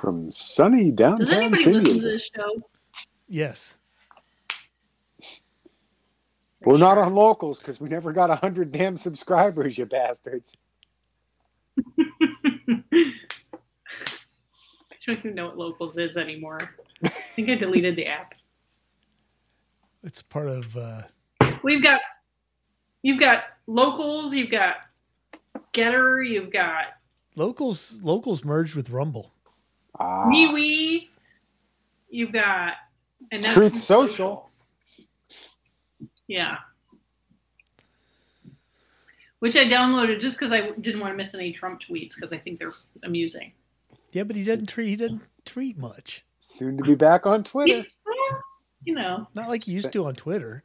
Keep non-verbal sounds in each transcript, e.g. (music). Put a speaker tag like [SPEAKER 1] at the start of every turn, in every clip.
[SPEAKER 1] from sunny downtown
[SPEAKER 2] Does anybody
[SPEAKER 1] San
[SPEAKER 2] listen to
[SPEAKER 1] Diego.
[SPEAKER 2] this show?
[SPEAKER 3] Yes.
[SPEAKER 1] We're not on locals because we never got a hundred damn subscribers, you bastards.
[SPEAKER 2] (laughs) I don't even know what Locals is anymore. I think I deleted the app.
[SPEAKER 3] It's part of uh,
[SPEAKER 2] We've got, you've got Locals, you've got Getter, you've got
[SPEAKER 3] locals. Locals merged with Rumble.
[SPEAKER 1] Ah,
[SPEAKER 2] MeWe, you've got and that's
[SPEAKER 1] Truth Social.
[SPEAKER 2] Yeah. Which I downloaded just because I didn't want to miss any Trump tweets because I think they're amusing.
[SPEAKER 3] Yeah, but he doesn't tweet. He doesn't tweet much.
[SPEAKER 1] Soon to be back on Twitter.
[SPEAKER 2] Well, you know,
[SPEAKER 3] Not like he used to on Twitter.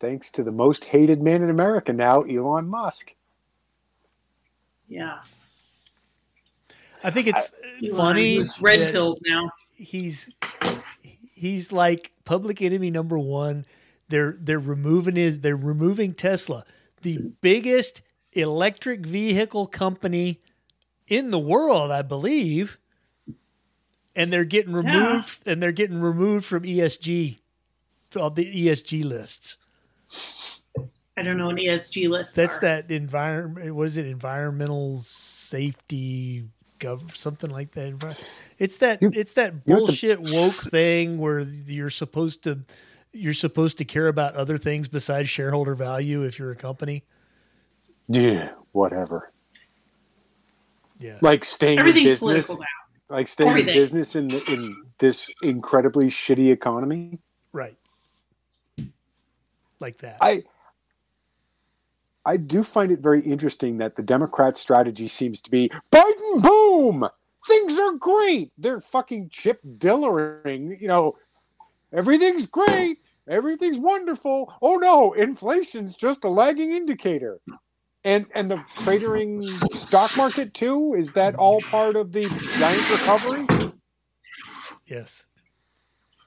[SPEAKER 1] Thanks to the most hated man in America now, Elon Musk.
[SPEAKER 2] yeah.
[SPEAKER 3] I think it's
[SPEAKER 2] Elon
[SPEAKER 3] funny.
[SPEAKER 2] is red
[SPEAKER 3] that
[SPEAKER 2] pilled now.
[SPEAKER 3] He's he's like public enemy number one. They're they're removing his they're removing Tesla, the biggest electric vehicle company in the world, I believe. And they're getting removed and they're getting removed from ESG all the ESG lists.
[SPEAKER 2] I don't know E an ESG list.
[SPEAKER 3] That's
[SPEAKER 2] are.
[SPEAKER 3] that environment. What is it? Environmental safety, gov- something like that. Envi- It's that.
[SPEAKER 1] You-
[SPEAKER 3] it's that
[SPEAKER 1] you know what the-
[SPEAKER 3] bullshit woke thing where you're supposed to, you're supposed to care about other things besides shareholder value if you're a company.
[SPEAKER 1] Yeah, whatever.
[SPEAKER 3] Yeah.
[SPEAKER 1] Like staying in
[SPEAKER 2] Everything's
[SPEAKER 1] business.
[SPEAKER 2] political now.
[SPEAKER 1] Like staying
[SPEAKER 2] Everything.
[SPEAKER 1] in business in the, in this incredibly shitty economy.
[SPEAKER 3] Right. Like that.
[SPEAKER 1] I I do find it very interesting that the Democrat strategy seems to be Biden boom. Things are great. They're fucking chip dillering, you know, everything's great. Everything's wonderful. Oh no, inflation's just a lagging indicator. And and the cratering stock market too? Is that all part of the giant recovery?
[SPEAKER 3] yes.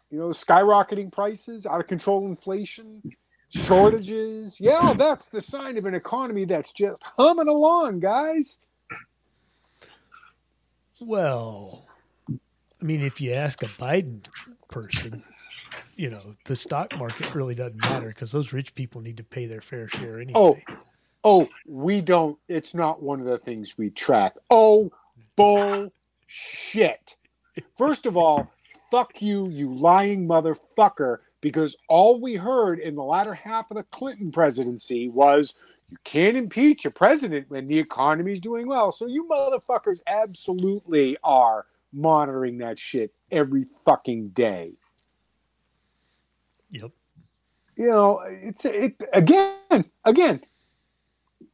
[SPEAKER 1] you know, skyrocketing prices, out of control inflation, (clears throat) shortages. Yeah, that's the sign of an economy that's just humming along, guys.
[SPEAKER 3] Well, I mean, if you ask a Biden person, you know, the stock market really doesn't matter because those rich people need to pay their fair share anyway.
[SPEAKER 1] Oh, oh, we don't. It's not one of the things we track. Oh, bullshit. First of all, fuck you, you lying motherfucker, because all we heard in the latter half of the Clinton presidency was you can't impeach a president when the economy's doing well. So you motherfuckers absolutely are monitoring that shit every fucking day
[SPEAKER 3] Yep.
[SPEAKER 1] you know, it's it again, again.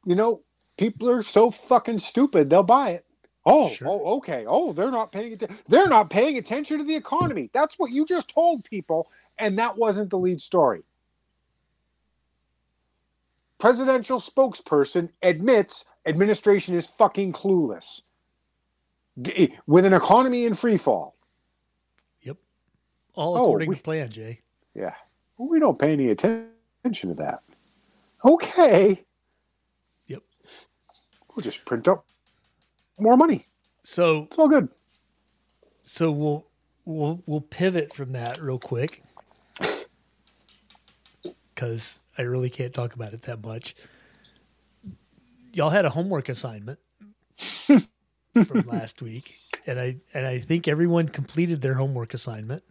[SPEAKER 1] You know, people are so fucking stupid; they'll buy it. Oh,
[SPEAKER 3] Sure.
[SPEAKER 1] oh, okay. Oh, they're not paying attention. They're not paying attention to the economy. That's what you just told people, and that wasn't the lead story. Presidential spokesperson admits administration is fucking clueless D- with an economy in free fall.
[SPEAKER 3] All
[SPEAKER 1] Oh,
[SPEAKER 3] according
[SPEAKER 1] we-
[SPEAKER 3] to plan, Jay.
[SPEAKER 1] Yeah. Well, we don't pay any atten- attention to that. Okay.
[SPEAKER 3] Yep.
[SPEAKER 1] We'll just print up more money.
[SPEAKER 3] So
[SPEAKER 1] It's all good.
[SPEAKER 3] so we'll we'll we'll pivot from that real quick because I really can't talk about it that much. Y'all had a
[SPEAKER 1] (laughs)
[SPEAKER 3] homework assignment from last week, and I and I think everyone completed their homework assignment,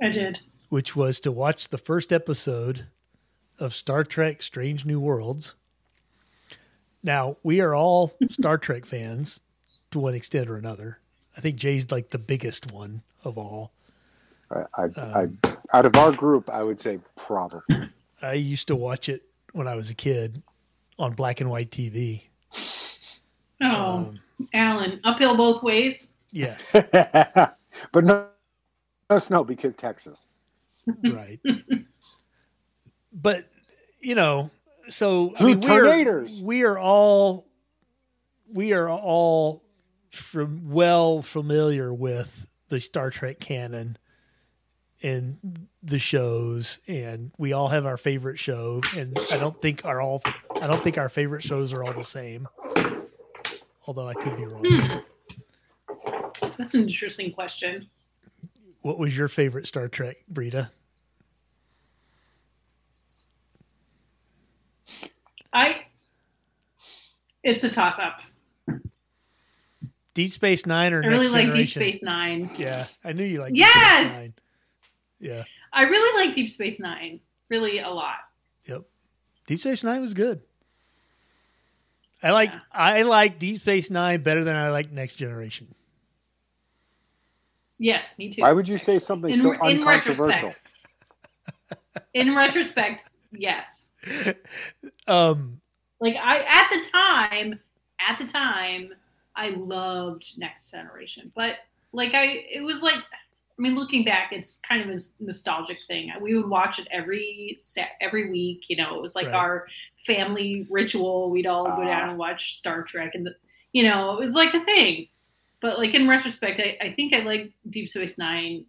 [SPEAKER 2] I did.
[SPEAKER 3] which was to watch the first episode of Star Trek: Strange New Worlds. Now we are all Star Trek fans to one extent or another. I think Jay's like the biggest one of all.
[SPEAKER 1] I, I, I, out of our group, I would say probably. (laughs)
[SPEAKER 3] I used to watch it when I was a kid on black and white TV.
[SPEAKER 2] Oh,
[SPEAKER 3] Um,
[SPEAKER 2] Alan, uphill both ways.
[SPEAKER 3] Yes,
[SPEAKER 1] but no, no snow because Texas.
[SPEAKER 3] right. But you know, so I
[SPEAKER 1] Through
[SPEAKER 3] mean, we are,
[SPEAKER 1] tornadoes.
[SPEAKER 3] we are all we are all from well familiar with the Star Trek canon and the shows and we all have our favorite show and I don't think our all I don't think our
[SPEAKER 2] Hmm.
[SPEAKER 3] favorite shows are all the same. Although I could be wrong.
[SPEAKER 2] That's an interesting question.
[SPEAKER 3] What was your favorite Star Trek, Brita?
[SPEAKER 2] I. It's a toss up.
[SPEAKER 3] Deep Space Nine or
[SPEAKER 2] I
[SPEAKER 3] Next
[SPEAKER 2] really like Deep
[SPEAKER 3] Generation?
[SPEAKER 2] Space Nine.
[SPEAKER 3] Yeah, I knew you liked. Deep Space
[SPEAKER 2] Yes,
[SPEAKER 3] Nine. Yeah,
[SPEAKER 2] I really like Deep Space Nine. Really, a lot.
[SPEAKER 3] yep. Deep Space Nine was good. I like
[SPEAKER 2] Yeah.
[SPEAKER 3] I like Deep Space Nine better than I like Next Generation.
[SPEAKER 2] Yes, me too.
[SPEAKER 1] Why would you say something
[SPEAKER 2] In-
[SPEAKER 1] so
[SPEAKER 2] in
[SPEAKER 1] uncontroversial?
[SPEAKER 2] retrospect. In retrospect, yes.
[SPEAKER 3] Um,
[SPEAKER 2] Like I at the time, at the time, I loved Next Generation, but like I, it was like, I mean, looking back, it's kind of a s- nostalgic thing. We would watch it every set, every week. You know, it was like
[SPEAKER 3] Right.
[SPEAKER 2] our family ritual. We'd all go
[SPEAKER 1] Ah.
[SPEAKER 2] down and watch Star Trek, and the, you know, it was like a thing. But like in retrospect, I, I think I like Deep Space Nine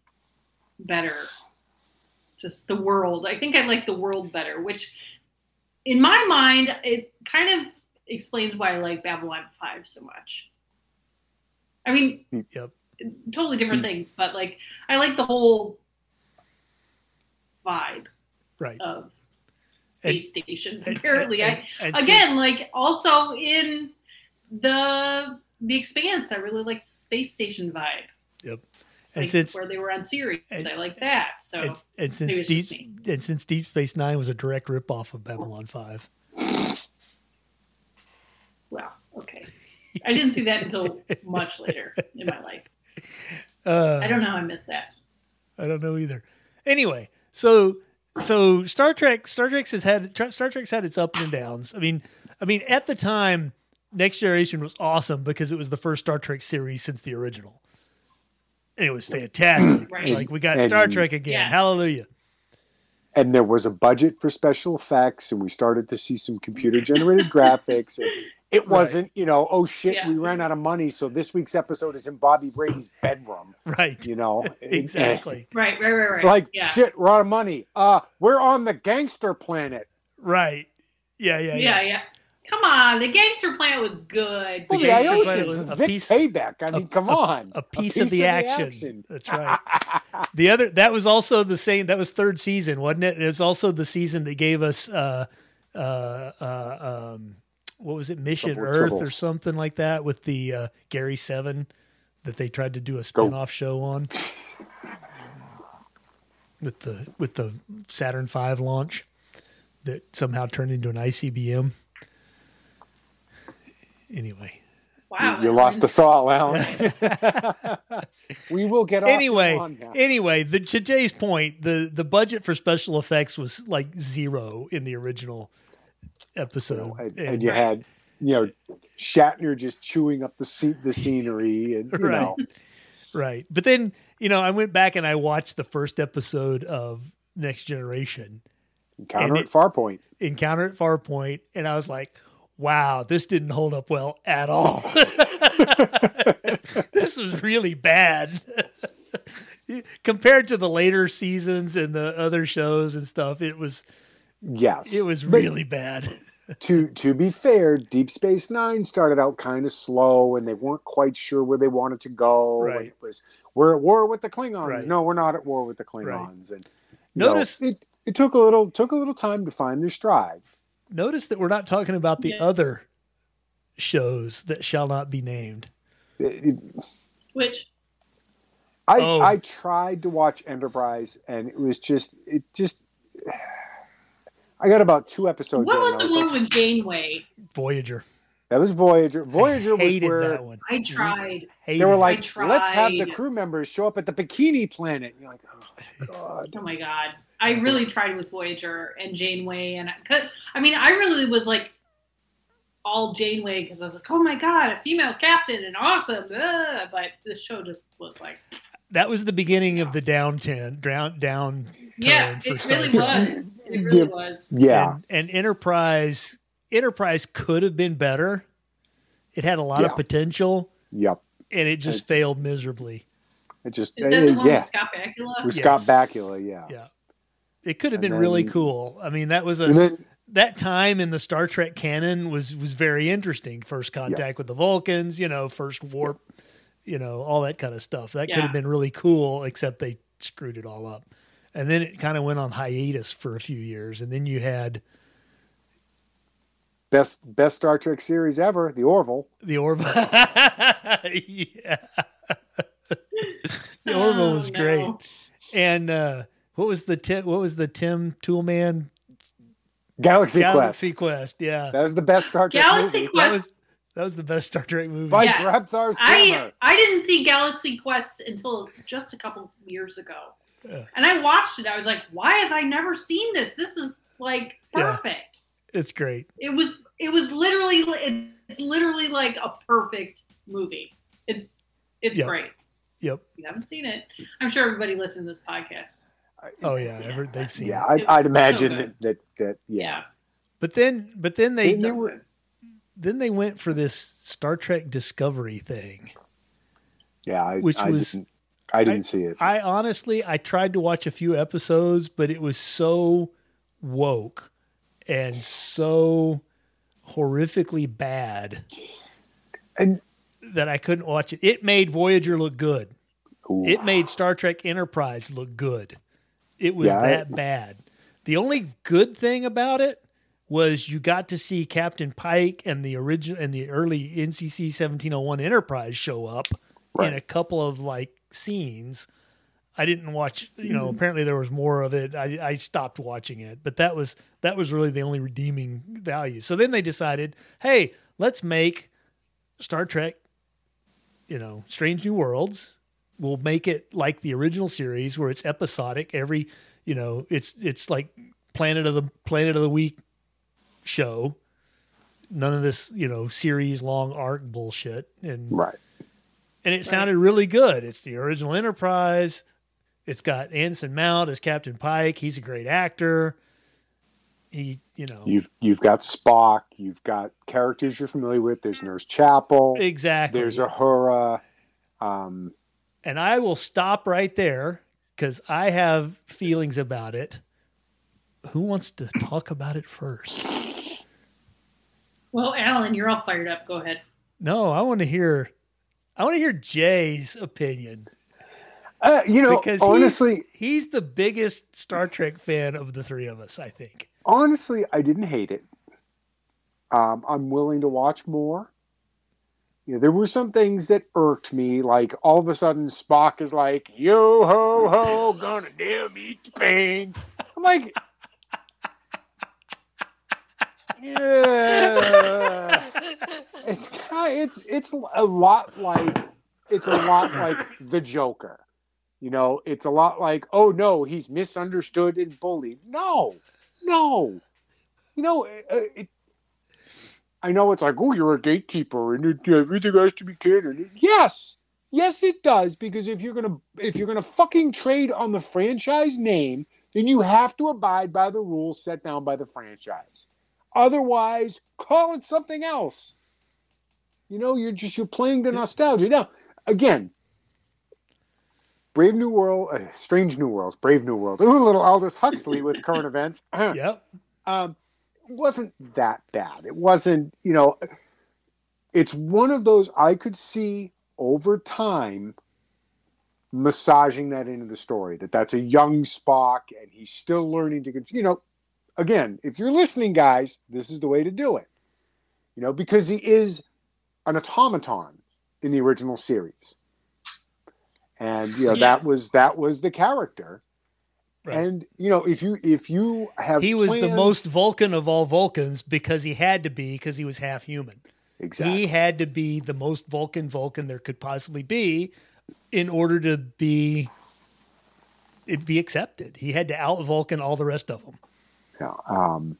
[SPEAKER 2] better. Just the world. I think I like the world better, which in my mind, it kind of explains why I like Babylon 5 so much. I mean,
[SPEAKER 3] Yep.
[SPEAKER 2] totally different things, but like I like the whole vibe
[SPEAKER 3] right.
[SPEAKER 2] of space stations.
[SPEAKER 3] And-
[SPEAKER 2] Oh, Apparently,
[SPEAKER 3] and- and
[SPEAKER 2] I
[SPEAKER 3] she's-
[SPEAKER 2] again like also in the the Expanse, I really like space station vibe,
[SPEAKER 3] and
[SPEAKER 2] like
[SPEAKER 3] since
[SPEAKER 2] where they were on series.
[SPEAKER 3] and-
[SPEAKER 2] I like that. So
[SPEAKER 3] and, and
[SPEAKER 2] maybe
[SPEAKER 3] since
[SPEAKER 2] it's just
[SPEAKER 3] Deep and since Deep Space Nine was a direct ripoff of Babylon Five.
[SPEAKER 2] well, okay. I didn't see that until much later in my life.
[SPEAKER 3] Uh,
[SPEAKER 2] I don't know how I missed that.
[SPEAKER 3] I don't know either. Anyway, so so Star Trek Star Trek's has had Tr- Star Trek's had its ups and downs. I mean, I mean at the time Next Generation was awesome because it was the first Star Trek series since the original. And it was fantastic.
[SPEAKER 2] Right.
[SPEAKER 3] Like we got
[SPEAKER 1] And-
[SPEAKER 3] Star Trek again.
[SPEAKER 2] Yes.
[SPEAKER 3] Hallelujah.
[SPEAKER 1] And there was a budget for special effects, and we started to see some computer generated (laughs) graphics. And it wasn't, you know, oh shit,
[SPEAKER 2] Yeah.
[SPEAKER 1] we ran out of money, so this week's episode is in Bobby Brady's bedroom,
[SPEAKER 3] Right.
[SPEAKER 1] you
[SPEAKER 3] (laughs)
[SPEAKER 1] know?
[SPEAKER 3] Exactly.
[SPEAKER 2] Right, right, right, right.
[SPEAKER 1] Like
[SPEAKER 2] yeah.
[SPEAKER 1] shit, we're out of money. Uh, we're on the gangster planet.
[SPEAKER 3] Right. Yeah, yeah,
[SPEAKER 2] yeah,
[SPEAKER 3] yeah.
[SPEAKER 2] yeah, Come on, the gangster plant was good.
[SPEAKER 3] The
[SPEAKER 1] Well, the
[SPEAKER 3] gangster
[SPEAKER 1] Iosians
[SPEAKER 3] planet was a
[SPEAKER 1] Vic
[SPEAKER 3] piece-
[SPEAKER 1] Payback. I mean, come on, (laughs)
[SPEAKER 3] A piece, of, the, action. That's right.
[SPEAKER 1] action.
[SPEAKER 3] The other that was also the same. That was third season, wasn't it? It was also the season that gave us uh, uh, uh, um, what was it, Mission
[SPEAKER 1] Trouble with
[SPEAKER 3] Earth or
[SPEAKER 1] Tribbles.
[SPEAKER 3] something like that, with the uh, Gary Seven that they tried to do a
[SPEAKER 1] Go.
[SPEAKER 3] spin off show on with the with the Saturn V launch that somehow turned into an ICBM. Anyway,
[SPEAKER 2] Wow,
[SPEAKER 1] you
[SPEAKER 2] that
[SPEAKER 1] lost
[SPEAKER 2] one-
[SPEAKER 1] us all,
[SPEAKER 3] (laughs)
[SPEAKER 1] Alan. (laughs) we will get off your
[SPEAKER 3] anyway,
[SPEAKER 1] lawn now.
[SPEAKER 3] anyway, the to Jay's point, the the budget for special effects was like zero in the original
[SPEAKER 1] You
[SPEAKER 3] episode,
[SPEAKER 1] know, and, and you had you know Shatner just chewing up the seat, the scenery, and you
[SPEAKER 3] Right.
[SPEAKER 1] know
[SPEAKER 3] right. But then you know, I went back and I watched the first episode of Next Generation,
[SPEAKER 1] encounter
[SPEAKER 3] it-
[SPEAKER 1] at Farpoint.
[SPEAKER 3] Encounter at Farpoint, and I was like, wow, this didn't hold up well at all. (laughs) this was really bad. (laughs) Compared to the later seasons and the other shows and stuff, it was
[SPEAKER 1] Yes,
[SPEAKER 3] it was
[SPEAKER 1] But
[SPEAKER 3] really bad.
[SPEAKER 1] to to be fair, Deep Space Nine started out kind of slow, and they weren't quite sure where they wanted to go.
[SPEAKER 3] Right.
[SPEAKER 1] And it was we're at war with the Klingons.
[SPEAKER 3] Right.
[SPEAKER 1] No, we're not at war with the Klingons. And you
[SPEAKER 3] Notice-
[SPEAKER 1] know, it, it took a little took a little time to find their stride.
[SPEAKER 3] Notice that we're not talking about the
[SPEAKER 2] Yeah.
[SPEAKER 3] other shows that shall not be named.
[SPEAKER 1] It- it-
[SPEAKER 2] Which
[SPEAKER 1] I
[SPEAKER 3] Oh.
[SPEAKER 1] I tried to watch Enterprise, and it was just it just. (sighs) I got about two episodes.
[SPEAKER 2] what
[SPEAKER 1] in,
[SPEAKER 2] was
[SPEAKER 1] and I
[SPEAKER 2] the
[SPEAKER 1] like,
[SPEAKER 2] one with Janeway?
[SPEAKER 3] Voyager.
[SPEAKER 1] That was Voyager.
[SPEAKER 3] I
[SPEAKER 1] Voyager was
[SPEAKER 3] hated
[SPEAKER 1] where
[SPEAKER 3] that one.
[SPEAKER 2] I
[SPEAKER 1] Mm-hmm.
[SPEAKER 2] tried.
[SPEAKER 3] Hated
[SPEAKER 1] they were
[SPEAKER 3] it.
[SPEAKER 1] like,
[SPEAKER 2] I
[SPEAKER 1] let's have the
[SPEAKER 2] tried.
[SPEAKER 1] crew members show up at the Bikini Planet. And you're like,
[SPEAKER 3] (laughs)
[SPEAKER 1] oh god.
[SPEAKER 2] Oh my god, I
[SPEAKER 1] Mm-hmm.
[SPEAKER 2] really tried with Voyager and Janeway, and I could. I mean, I really was like all Janeway because I was like, oh my god, a female captain and awesome. Ugh. But the show just was like,
[SPEAKER 3] that was the beginning of the down ten down down
[SPEAKER 2] yeah,
[SPEAKER 3] Turn for
[SPEAKER 2] it
[SPEAKER 3] Star
[SPEAKER 2] really
[SPEAKER 1] Trek.
[SPEAKER 2] was.
[SPEAKER 1] (laughs)
[SPEAKER 2] It really
[SPEAKER 1] Yeah.
[SPEAKER 2] was.
[SPEAKER 1] Yeah,
[SPEAKER 3] and, and Enterprise Enterprise could have been better. It had a lot of
[SPEAKER 1] Yeah.
[SPEAKER 3] potential
[SPEAKER 1] yep.
[SPEAKER 3] and it just failed miserably.
[SPEAKER 1] It just
[SPEAKER 2] Is that the
[SPEAKER 1] uh,
[SPEAKER 2] one
[SPEAKER 1] yeah.
[SPEAKER 2] with Scott Bakula?
[SPEAKER 1] With
[SPEAKER 3] Yes.
[SPEAKER 1] Scott Bakula, yeah.
[SPEAKER 3] Yeah. It could have
[SPEAKER 1] And
[SPEAKER 3] been really
[SPEAKER 1] then-
[SPEAKER 3] cool. I mean, that was a
[SPEAKER 1] And then
[SPEAKER 3] that time in the Star Trek canon was was very interesting. First contact with the Vulcans, you know, first warp, you know, all that kind of stuff. That could
[SPEAKER 2] Yeah.
[SPEAKER 3] have been really cool, except they screwed it all up. And then it kind of went on hiatus for a few years. And then you had
[SPEAKER 1] Best best Star Trek series ever, The Orville.
[SPEAKER 3] the Orville. (laughs) yeah. (laughs) the Orville was
[SPEAKER 2] Oh,
[SPEAKER 3] great.
[SPEAKER 2] no.
[SPEAKER 3] And uh, what was the Tim, what was the Tim Toolman
[SPEAKER 1] Galaxy, Quest.
[SPEAKER 3] Galaxy Quest? Yeah.
[SPEAKER 1] That was the best Star Trek
[SPEAKER 2] Galaxy
[SPEAKER 1] movie.
[SPEAKER 3] That
[SPEAKER 2] Quest.
[SPEAKER 3] was that was the best Star Trek movie.
[SPEAKER 1] By
[SPEAKER 2] Yes.
[SPEAKER 1] Grabthar's
[SPEAKER 2] I
[SPEAKER 1] Hammer.
[SPEAKER 2] I didn't see Galaxy Quest until just a couple years ago,
[SPEAKER 3] Yeah.
[SPEAKER 2] and I watched it. I was like, why have I never seen this? This is like
[SPEAKER 3] Yeah.
[SPEAKER 2] perfect.
[SPEAKER 3] It's great.
[SPEAKER 2] It was it was literally it's literally like a perfect movie. It's it's
[SPEAKER 3] Yeah.
[SPEAKER 2] great.
[SPEAKER 3] Yep.
[SPEAKER 2] If you haven't seen it, I'm sure everybody listening to this podcast.
[SPEAKER 3] Oh
[SPEAKER 2] Yes,
[SPEAKER 3] yeah,
[SPEAKER 2] yeah.
[SPEAKER 3] ever, they've seen.
[SPEAKER 1] Yeah,
[SPEAKER 3] It.
[SPEAKER 1] I'd,
[SPEAKER 2] It-
[SPEAKER 1] I'd imagine
[SPEAKER 2] so
[SPEAKER 1] that,
[SPEAKER 2] good.
[SPEAKER 1] that that yeah.
[SPEAKER 3] But then, but then they
[SPEAKER 1] They knew- were-
[SPEAKER 3] then they went for this Star Trek Discovery thing.
[SPEAKER 1] Yeah, I,
[SPEAKER 3] Which
[SPEAKER 1] I
[SPEAKER 3] was-
[SPEAKER 1] didn't, I didn't see it.
[SPEAKER 3] I honestly, I tried to watch a few episodes, but it was so woke and so horrifically bad
[SPEAKER 1] and
[SPEAKER 3] that I couldn't watch it. It made Voyager look good.
[SPEAKER 1] ooh,
[SPEAKER 3] It made Star Trek Enterprise look good. It was
[SPEAKER 1] Yeah, I-
[SPEAKER 3] that bad. The only good thing about it was you got to see Captain Pike and the original and the early NCC 1701 Enterprise show up
[SPEAKER 1] Right.
[SPEAKER 3] in a couple of like scenes. I didn't watch, you know, apparently there was more of it. I, I stopped watching it, but that was that was really the only redeeming value. So then they decided, "Hey, let's make Star Trek, you know, Strange New Worlds. We'll make it like the original series where it's episodic. Every, you know, it's it's like Planet of the Planet of the Week show. None of this, you know, series long arc bullshit. And
[SPEAKER 1] right.
[SPEAKER 3] and it sounded really good. It's the original Enterprise. It's got Anson Mount as Captain Pike. He's a great actor. He, you know,
[SPEAKER 1] You've you've got Spock. You've got characters you're familiar with. There's Nurse Chapel.
[SPEAKER 3] exactly.
[SPEAKER 1] There's Uhura. Um,
[SPEAKER 3] and I will stop right there because I have feelings about it. Who wants to talk about it first?
[SPEAKER 2] Well, Alan, you're all fired up. Go ahead.
[SPEAKER 3] No, I want to hear. I want to hear Jay's opinion
[SPEAKER 1] uh, you know,
[SPEAKER 3] because
[SPEAKER 1] honestly,
[SPEAKER 3] he's, he's the biggest Star Trek fan of the three of us. I think.
[SPEAKER 1] honestly, I didn't hate it. Um, I'm willing to watch more. You know, there were some things that irked me, like all of a sudden Spock is like, "Yo ho ho, gonna damn eat the pain." I'm like, yeah, it's kind, it's it's a lot like it's a lot like the Joker. You know, it's a lot like, oh no, he's misunderstood and bullied. No, no, you know, it, it, I know it's like, oh, you're a gatekeeper, and it, everything has to be catered. Yes, yes, it does, because if you're gonna if you're gonna fucking trade on the franchise name, then you have to abide by the rules set down by the franchise. Otherwise, call it something else. You know, you're just you're playing to nostalgia. Now, again, Brave New World, uh, Strange New Worlds, Brave New World. Ooh, little Aldous Huxley with current events. (clears throat)
[SPEAKER 3] Yep.
[SPEAKER 1] um, wasn't that bad. It wasn't, you know, it's one of those I could see over time massaging that into the story that that's a young Spock and he's still learning to, con- you know, again, if you're listening, guys, this is the way to do it, you know, because he is an automaton in the original series. And you know
[SPEAKER 2] Yes.
[SPEAKER 1] that was that was the character,
[SPEAKER 3] Right.
[SPEAKER 1] and you know if you if you have
[SPEAKER 3] he was the
[SPEAKER 1] plans-
[SPEAKER 3] most Vulcan of all Vulcans because he had to be because he was half human.
[SPEAKER 1] Exactly.
[SPEAKER 3] He had to be the most Vulcan Vulcan there could possibly be in order to be it be accepted. He had to out Vulcan all the rest of them.
[SPEAKER 1] Yeah, um,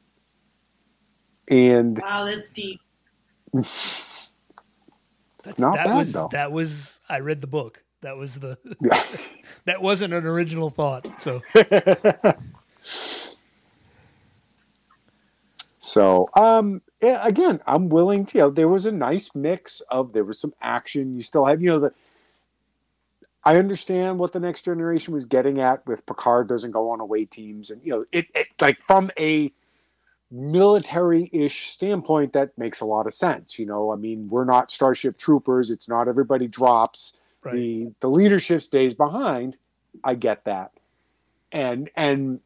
[SPEAKER 1] and
[SPEAKER 2] Wow, that's deep.
[SPEAKER 1] it's not
[SPEAKER 3] that
[SPEAKER 1] bad
[SPEAKER 3] was
[SPEAKER 1] though.
[SPEAKER 3] that was I read the book. That was the (laughs)
[SPEAKER 1] Yeah.
[SPEAKER 3] that wasn't an original thought.
[SPEAKER 1] (laughs)
[SPEAKER 3] So
[SPEAKER 1] (laughs) So, um, yeah, again, I'm willing to. You know, there was a nice mix of there was some action. You still have, you know, the. I understand what the next generation was getting at with Picard doesn't go on away teams, and you know, it, it like from a military-ish standpoint that makes a lot of sense you know i mean we're not starship troopers it's not everybody drops
[SPEAKER 3] Right.
[SPEAKER 1] the the leadership stays behind i get that and and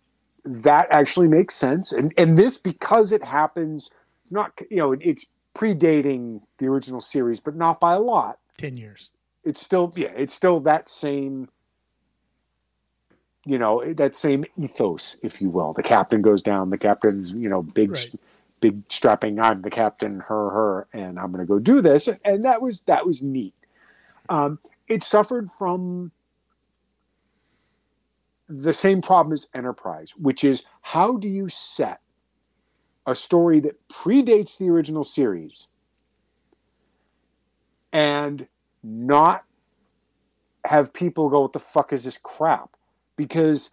[SPEAKER 1] that actually makes sense and and this because it happens it's not you know it, it's predating the original series but not by a lot
[SPEAKER 3] Ten years.
[SPEAKER 1] it's still yeah it's still that same you know that same ethos if you will the captain goes down the captain's you know big
[SPEAKER 3] Right.
[SPEAKER 1] big strapping i'm the captain her her and i'm going to go do this and that was that was neat um, it suffered from the same problem as enterprise which is how do you set a story that predates the original series and not have people go, what the fuck is this crap? Because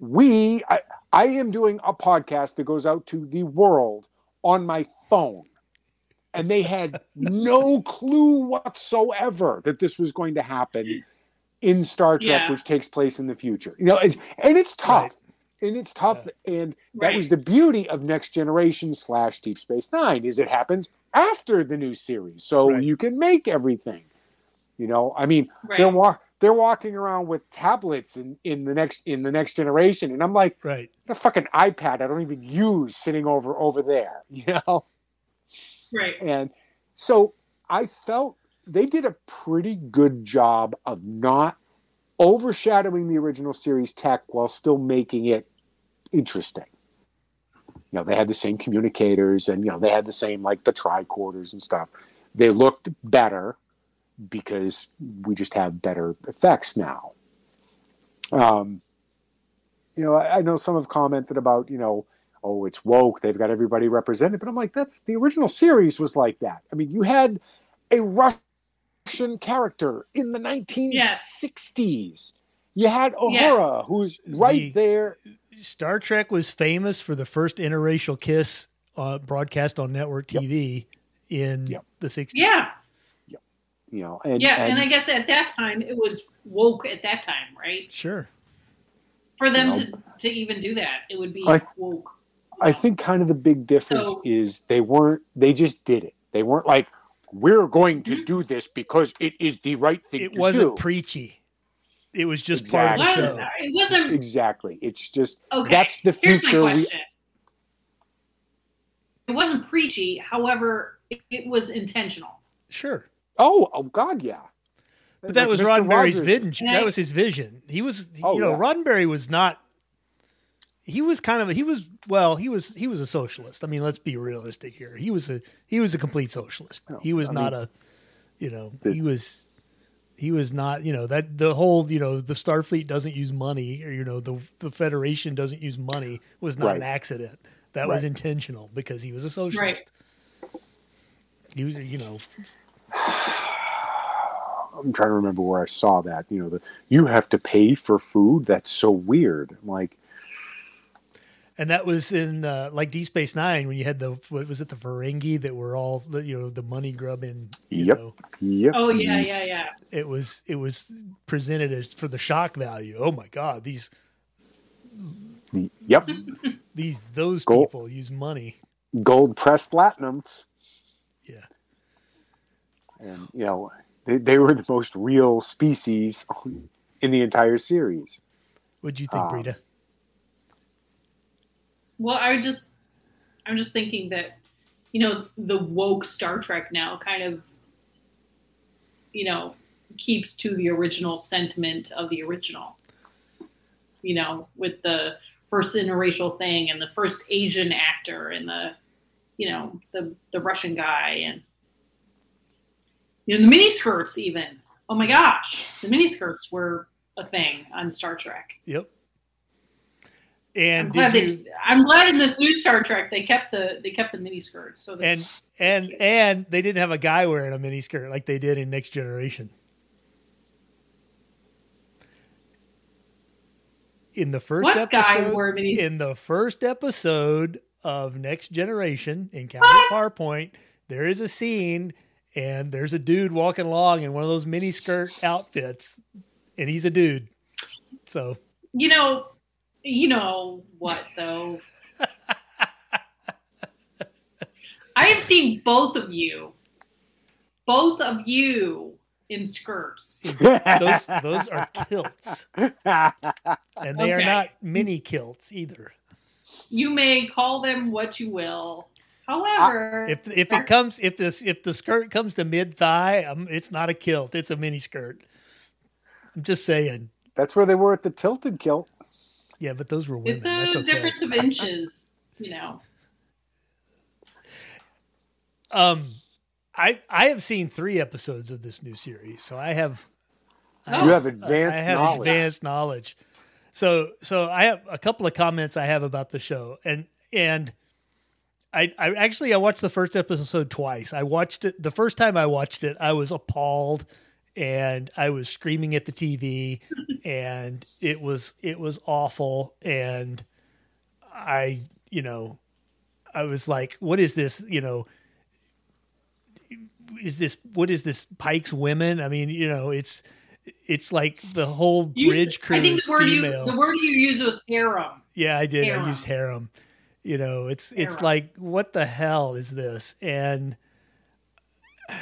[SPEAKER 1] we, I, I am doing a podcast that goes out to the world on my phone. And they had no clue whatsoever that this was going to happen in Star Trek,
[SPEAKER 2] Yeah.
[SPEAKER 1] which takes place in the future. You know, it's, and it's tough. And it's tough. And that was the beauty of Next Generation slash Deep Space Nine is it happens after the new series, so
[SPEAKER 3] Right.
[SPEAKER 1] you can make everything. You know, I mean,
[SPEAKER 2] right.
[SPEAKER 1] they're wa- they're walking around with tablets in, in the next in the next generation, and I'm like
[SPEAKER 3] Right.
[SPEAKER 1] the fucking iPad I don't even use sitting over over there, (laughs) you know.
[SPEAKER 2] right.
[SPEAKER 1] And so I felt they did a pretty good job of not overshadowing the original series tech while still making it interesting. You know, they had the same communicators and, you know, they had the same, like, the tricorders and stuff. They looked better because we just have better effects now. Um, you know, I, I know some have commented about, you know, oh, it's woke. They've got everybody represented. But I'm like, that's the original series was like that. I mean, you had a Russian character in the 1960s. You had O'Hara, who's right
[SPEAKER 3] The-
[SPEAKER 1] there.
[SPEAKER 3] Star Trek was famous for the first interracial kiss uh, broadcast on network TV in
[SPEAKER 1] Yep.
[SPEAKER 3] the 60s.
[SPEAKER 2] Yeah.
[SPEAKER 1] You know, and,
[SPEAKER 2] Yeah. And, I guess at that time it was woke at that time, right?
[SPEAKER 3] Sure.
[SPEAKER 2] For them
[SPEAKER 1] You
[SPEAKER 2] to, to even do that, it would be
[SPEAKER 1] I-
[SPEAKER 2] woke.
[SPEAKER 1] I think kind of the big difference
[SPEAKER 2] So-
[SPEAKER 1] is they weren't they just did it. They weren't like we're going to
[SPEAKER 2] Mhm.
[SPEAKER 1] do this because it is the right thing
[SPEAKER 3] It
[SPEAKER 1] to
[SPEAKER 3] wasn't
[SPEAKER 1] do.
[SPEAKER 3] preachy. It was just part
[SPEAKER 1] Exactly.
[SPEAKER 3] of the
[SPEAKER 2] Well,
[SPEAKER 3] show.
[SPEAKER 2] it wasn't
[SPEAKER 1] exactly. It's just
[SPEAKER 2] Okay.
[SPEAKER 1] that's the
[SPEAKER 2] Here's my
[SPEAKER 1] future we
[SPEAKER 2] question. It wasn't preachy, however, it, it was intentional.
[SPEAKER 3] Sure.
[SPEAKER 1] Oh, oh god, yeah.
[SPEAKER 3] But that
[SPEAKER 1] Like
[SPEAKER 3] was
[SPEAKER 1] Mr.
[SPEAKER 3] Roddenberry's
[SPEAKER 1] Rogers.
[SPEAKER 3] vision.
[SPEAKER 2] And I-
[SPEAKER 3] That was his vision. He was,
[SPEAKER 1] Oh,
[SPEAKER 3] you know,
[SPEAKER 1] yeah.
[SPEAKER 3] Roddenberry was not. He was kind of he was well he was he was a socialist. I mean, let's be realistic here. He was a he was a complete socialist.
[SPEAKER 1] No,
[SPEAKER 3] he was
[SPEAKER 1] I
[SPEAKER 3] not a, you know,
[SPEAKER 1] The-
[SPEAKER 3] he was he was not you know that the whole you know the Starfleet doesn't use money or you know the the Federation doesn't use money was not an
[SPEAKER 1] Right.
[SPEAKER 3] accident. That was
[SPEAKER 1] Right.
[SPEAKER 3] intentional because he was a socialist. He was you know
[SPEAKER 1] I'm trying to remember where I saw that. You know, the you have to pay for food. That's so weird. I'm like
[SPEAKER 3] And that was in uh, like D Space Nine when you had the what was it the Ferengi that were all the you know the money grubbing. You
[SPEAKER 1] Yep.
[SPEAKER 3] know,
[SPEAKER 1] yep.
[SPEAKER 2] Oh yeah, yeah, yeah.
[SPEAKER 3] it was it was presented as for the shock value. Oh my God, these
[SPEAKER 1] Yep.
[SPEAKER 3] these those
[SPEAKER 1] Cool.
[SPEAKER 3] people use money.
[SPEAKER 1] Gold pressed platinum.
[SPEAKER 3] Yeah,
[SPEAKER 1] and you know they, they were the most real species in the entire series
[SPEAKER 3] what'd you think,
[SPEAKER 1] Um,
[SPEAKER 3] Brita?
[SPEAKER 2] Well, I would just I'm just thinking that you know the woke Star Trek now kind of you know keeps to the original sentiment of the original. You know, with the first interracial thing and the first Asian actor and the you know the the Russian guy and you know the miniskirts even. Oh my gosh, the miniskirts were a thing on Star Trek.
[SPEAKER 3] Yep.
[SPEAKER 2] I'm
[SPEAKER 3] And
[SPEAKER 2] glad,
[SPEAKER 3] did you,
[SPEAKER 2] they, I'm glad in this new Star Trek they kept the they kept the mini skirts. So
[SPEAKER 3] and
[SPEAKER 2] that's,
[SPEAKER 3] and and they didn't have a guy wearing a miniskirt like they did in Next Generation. In the first
[SPEAKER 2] what
[SPEAKER 3] episode,
[SPEAKER 2] guy wore a mini?
[SPEAKER 3] in the first episode of Next Generation in Counter
[SPEAKER 2] What?
[SPEAKER 3] Farpoint, there is a scene and there's a dude walking along in one of those mini skirt outfits, and he's a dude. So (laughs)
[SPEAKER 2] You know, you know what though? I have seen both of you, both of you in skirts.
[SPEAKER 1] (laughs)
[SPEAKER 3] Those those are kilts, and they are
[SPEAKER 2] Okay.
[SPEAKER 3] not mini kilts either.
[SPEAKER 2] You may call them what you will. However,
[SPEAKER 3] Ah, If if it comes if this if the skirt comes to mid thigh, um, it's not a kilt. It's a mini skirt. I'm just saying.
[SPEAKER 1] That's where they were at the tilted kilt.
[SPEAKER 3] Yeah, but those were women.
[SPEAKER 2] it's
[SPEAKER 3] That's
[SPEAKER 2] a
[SPEAKER 3] okay.
[SPEAKER 2] difference of inches, you know.
[SPEAKER 3] Um, I I have seen three episodes of this new series, so I have
[SPEAKER 2] Oh.
[SPEAKER 1] You have
[SPEAKER 3] I
[SPEAKER 1] advanced
[SPEAKER 3] have
[SPEAKER 1] knowledge.
[SPEAKER 3] advanced knowledge. So so I have a couple of comments I have about the show, and and I I actually I watched the first episode twice. I watched it the first time I watched it, I was appalled and I was screaming at the TV, and it was it was awful, and I you know I was like, what is this? You know. Is this what is this Pike's women? I mean, you know, it's it's like the whole
[SPEAKER 2] You-
[SPEAKER 3] bridge crew
[SPEAKER 2] I think
[SPEAKER 3] is
[SPEAKER 2] the word
[SPEAKER 3] female.
[SPEAKER 2] you the word you used was harem.
[SPEAKER 3] Yeah, I did. I
[SPEAKER 2] Harem.
[SPEAKER 3] used harem. You know, it's it's
[SPEAKER 2] Harem.
[SPEAKER 3] like what the hell is this? And (sighs)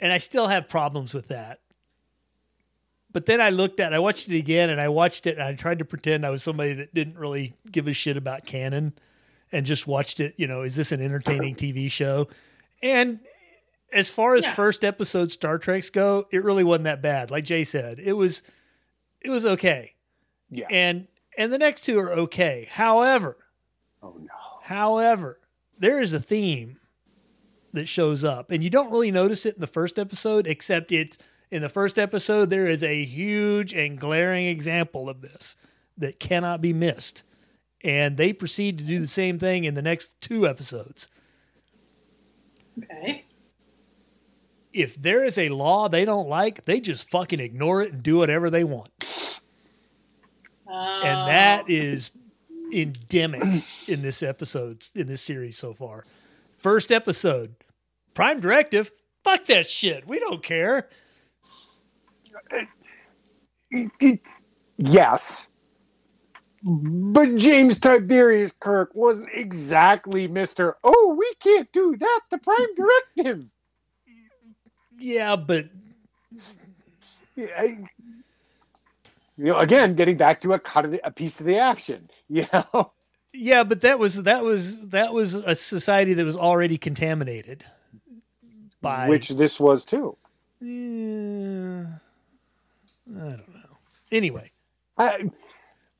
[SPEAKER 3] and I still have problems with that. But then I looked at I watched it again and I watched it and I tried to pretend I was somebody that didn't really give a shit about canon and just watched it, you know, is this an entertaining TV show? And as far as
[SPEAKER 2] Yeah.
[SPEAKER 3] first episode Star Treks go, it really wasn't that bad. Like Jay said, it was it was okay
[SPEAKER 1] Yeah.
[SPEAKER 3] and and the next two are okay. However,
[SPEAKER 1] oh no.
[SPEAKER 3] however, there is a theme that shows up, and you don't really notice it in the first episode, except it's in the first episode there is a huge and glaring example of this that cannot be missed, and they proceed to do the same thing in the next two episodes.
[SPEAKER 2] Okay.
[SPEAKER 3] If there is a law they don't like, they just fucking ignore it and do whatever they want.
[SPEAKER 2] Uh,
[SPEAKER 3] and that is endemic in this episode in this series so far. First episode, Prime Directive. Fuck that shit. We don't care.
[SPEAKER 1] Yes. But James Tiberius Kirk wasn't exactly Mr. Oh, we can't do that. The prime directive.
[SPEAKER 3] Yeah, but
[SPEAKER 1] I, you know, again, getting back to a cut of the, a piece of the action. (laughs) You know,
[SPEAKER 3] yeah, but that was that was that was a society that was already contaminated by
[SPEAKER 1] which this was too.
[SPEAKER 3] Yeah, I don't know. Anyway,
[SPEAKER 1] I,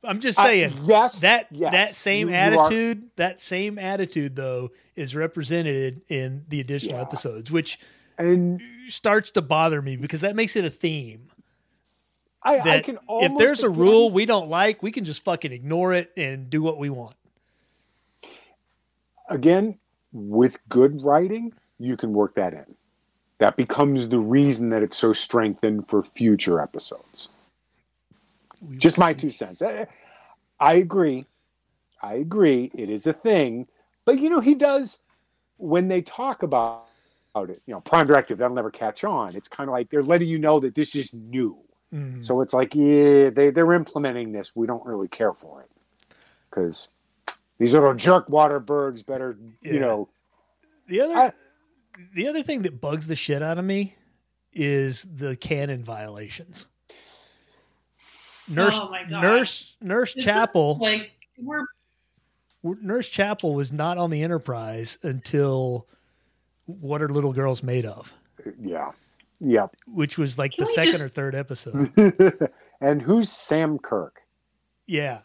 [SPEAKER 3] I'm just
[SPEAKER 1] I-
[SPEAKER 3] saying
[SPEAKER 1] yes,
[SPEAKER 3] that
[SPEAKER 1] yes,
[SPEAKER 3] that same
[SPEAKER 1] you- you are-
[SPEAKER 3] attitude that same attitude though is represented in the additional
[SPEAKER 1] Yeah.
[SPEAKER 3] episodes, which
[SPEAKER 1] and
[SPEAKER 3] starts to bother me because that makes it a theme.
[SPEAKER 1] I,
[SPEAKER 3] That
[SPEAKER 1] I can almost
[SPEAKER 3] if there's a
[SPEAKER 1] again-
[SPEAKER 3] rule we don't like, we can just fucking ignore it and do what we want.
[SPEAKER 1] again with good writing, you can work that in. That becomes the reason that it's so strengthened for future episodes.
[SPEAKER 3] We
[SPEAKER 1] just
[SPEAKER 3] will
[SPEAKER 1] my
[SPEAKER 3] see.
[SPEAKER 1] two cents. I, I agree. I agree. It is a thing, but you know he does when they talk about about it. You know, prime directive that'll never catch on. It's kind of like they're letting you know that this is new.
[SPEAKER 3] Mm.
[SPEAKER 1] So it's like yeah, they they're implementing this. We don't really care for it because these little jerk water birds better
[SPEAKER 3] Yeah.
[SPEAKER 1] you know
[SPEAKER 3] the other
[SPEAKER 1] I-
[SPEAKER 3] the other thing that bugs the shit out of me is the canon violations. Nurse
[SPEAKER 2] Oh my God.
[SPEAKER 3] Nurse Nurse
[SPEAKER 2] Oh, this is
[SPEAKER 3] Chapel
[SPEAKER 2] Like we're
[SPEAKER 3] Nurse Chapel was not on the Enterprise until what are little girls made of,
[SPEAKER 1] yeah yeah.
[SPEAKER 3] which was like
[SPEAKER 2] Can
[SPEAKER 3] the
[SPEAKER 2] we
[SPEAKER 3] second
[SPEAKER 2] just-
[SPEAKER 3] or third episode.
[SPEAKER 1] (laughs) and who's Sam Kirk?
[SPEAKER 3] yeah.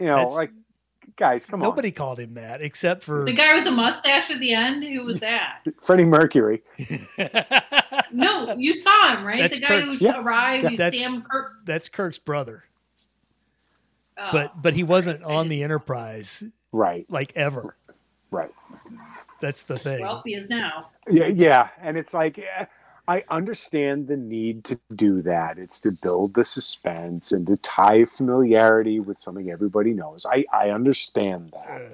[SPEAKER 1] You know,
[SPEAKER 3] That's-
[SPEAKER 1] like guys, come
[SPEAKER 3] Nobody called him that except for
[SPEAKER 2] the guy with the mustache at the end. Who was
[SPEAKER 3] (laughs)
[SPEAKER 2] that?
[SPEAKER 1] on, Freddie Mercury.
[SPEAKER 2] No, you saw him, right?
[SPEAKER 3] That's
[SPEAKER 2] the guy
[SPEAKER 3] Kirk's.
[SPEAKER 2] who
[SPEAKER 1] Yeah.
[SPEAKER 2] arrived,
[SPEAKER 3] Yeah.
[SPEAKER 2] who's
[SPEAKER 3] That's-
[SPEAKER 2] Sam Kirk.
[SPEAKER 3] That's Kirk's brother.
[SPEAKER 2] Oh,
[SPEAKER 3] But but he wasn't
[SPEAKER 2] I
[SPEAKER 3] on
[SPEAKER 2] didn't-
[SPEAKER 3] the Enterprise
[SPEAKER 1] Right,
[SPEAKER 3] like ever.
[SPEAKER 1] right.
[SPEAKER 3] That's the thing.
[SPEAKER 2] well, he is now.
[SPEAKER 1] Yeah, yeah, and it's like eh, I understand the need to do that. It's to build the suspense and to tie familiarity with something everybody knows. I I understand
[SPEAKER 3] Uh,
[SPEAKER 1] that.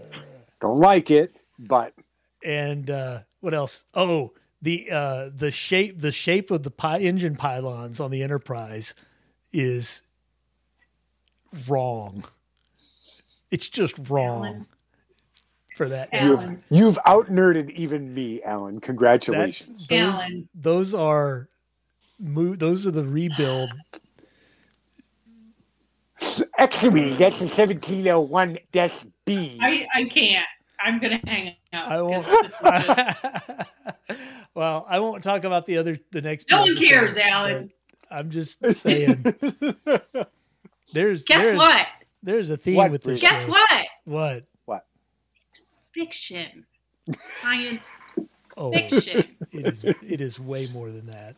[SPEAKER 1] Don't like it, but
[SPEAKER 3] and uh what else? Oh, the uh the shape the shape of the pi- engine pylons on the Enterprise is wrong. It's just wrong. for that.
[SPEAKER 2] Alan.
[SPEAKER 1] You've, you've out nerded even me, Alan. Congratulations.
[SPEAKER 3] That's, those,
[SPEAKER 2] Alan.
[SPEAKER 3] those are mo- those are the rebuild.
[SPEAKER 1] (laughs) Actually, that's a 1701 B.
[SPEAKER 2] I, I can't. I'm gonna hang up.
[SPEAKER 3] I won't.
[SPEAKER 2] 'cause this is
[SPEAKER 3] (laughs)
[SPEAKER 2] just-
[SPEAKER 3] well, I won't talk about the other the next.
[SPEAKER 2] no
[SPEAKER 3] two
[SPEAKER 2] one cares,
[SPEAKER 3] episodes,
[SPEAKER 2] Alan.
[SPEAKER 3] but I'm just
[SPEAKER 1] (laughs)
[SPEAKER 3] saying there's
[SPEAKER 2] Guess
[SPEAKER 3] there's,
[SPEAKER 2] what?
[SPEAKER 3] there's a theme
[SPEAKER 1] What,
[SPEAKER 3] with this.
[SPEAKER 1] Bruce?
[SPEAKER 2] Guess
[SPEAKER 3] show.
[SPEAKER 2] what?
[SPEAKER 3] What?
[SPEAKER 2] Fiction, science
[SPEAKER 3] Oh, it (laughs)
[SPEAKER 2] fiction.
[SPEAKER 3] is it is way more than that.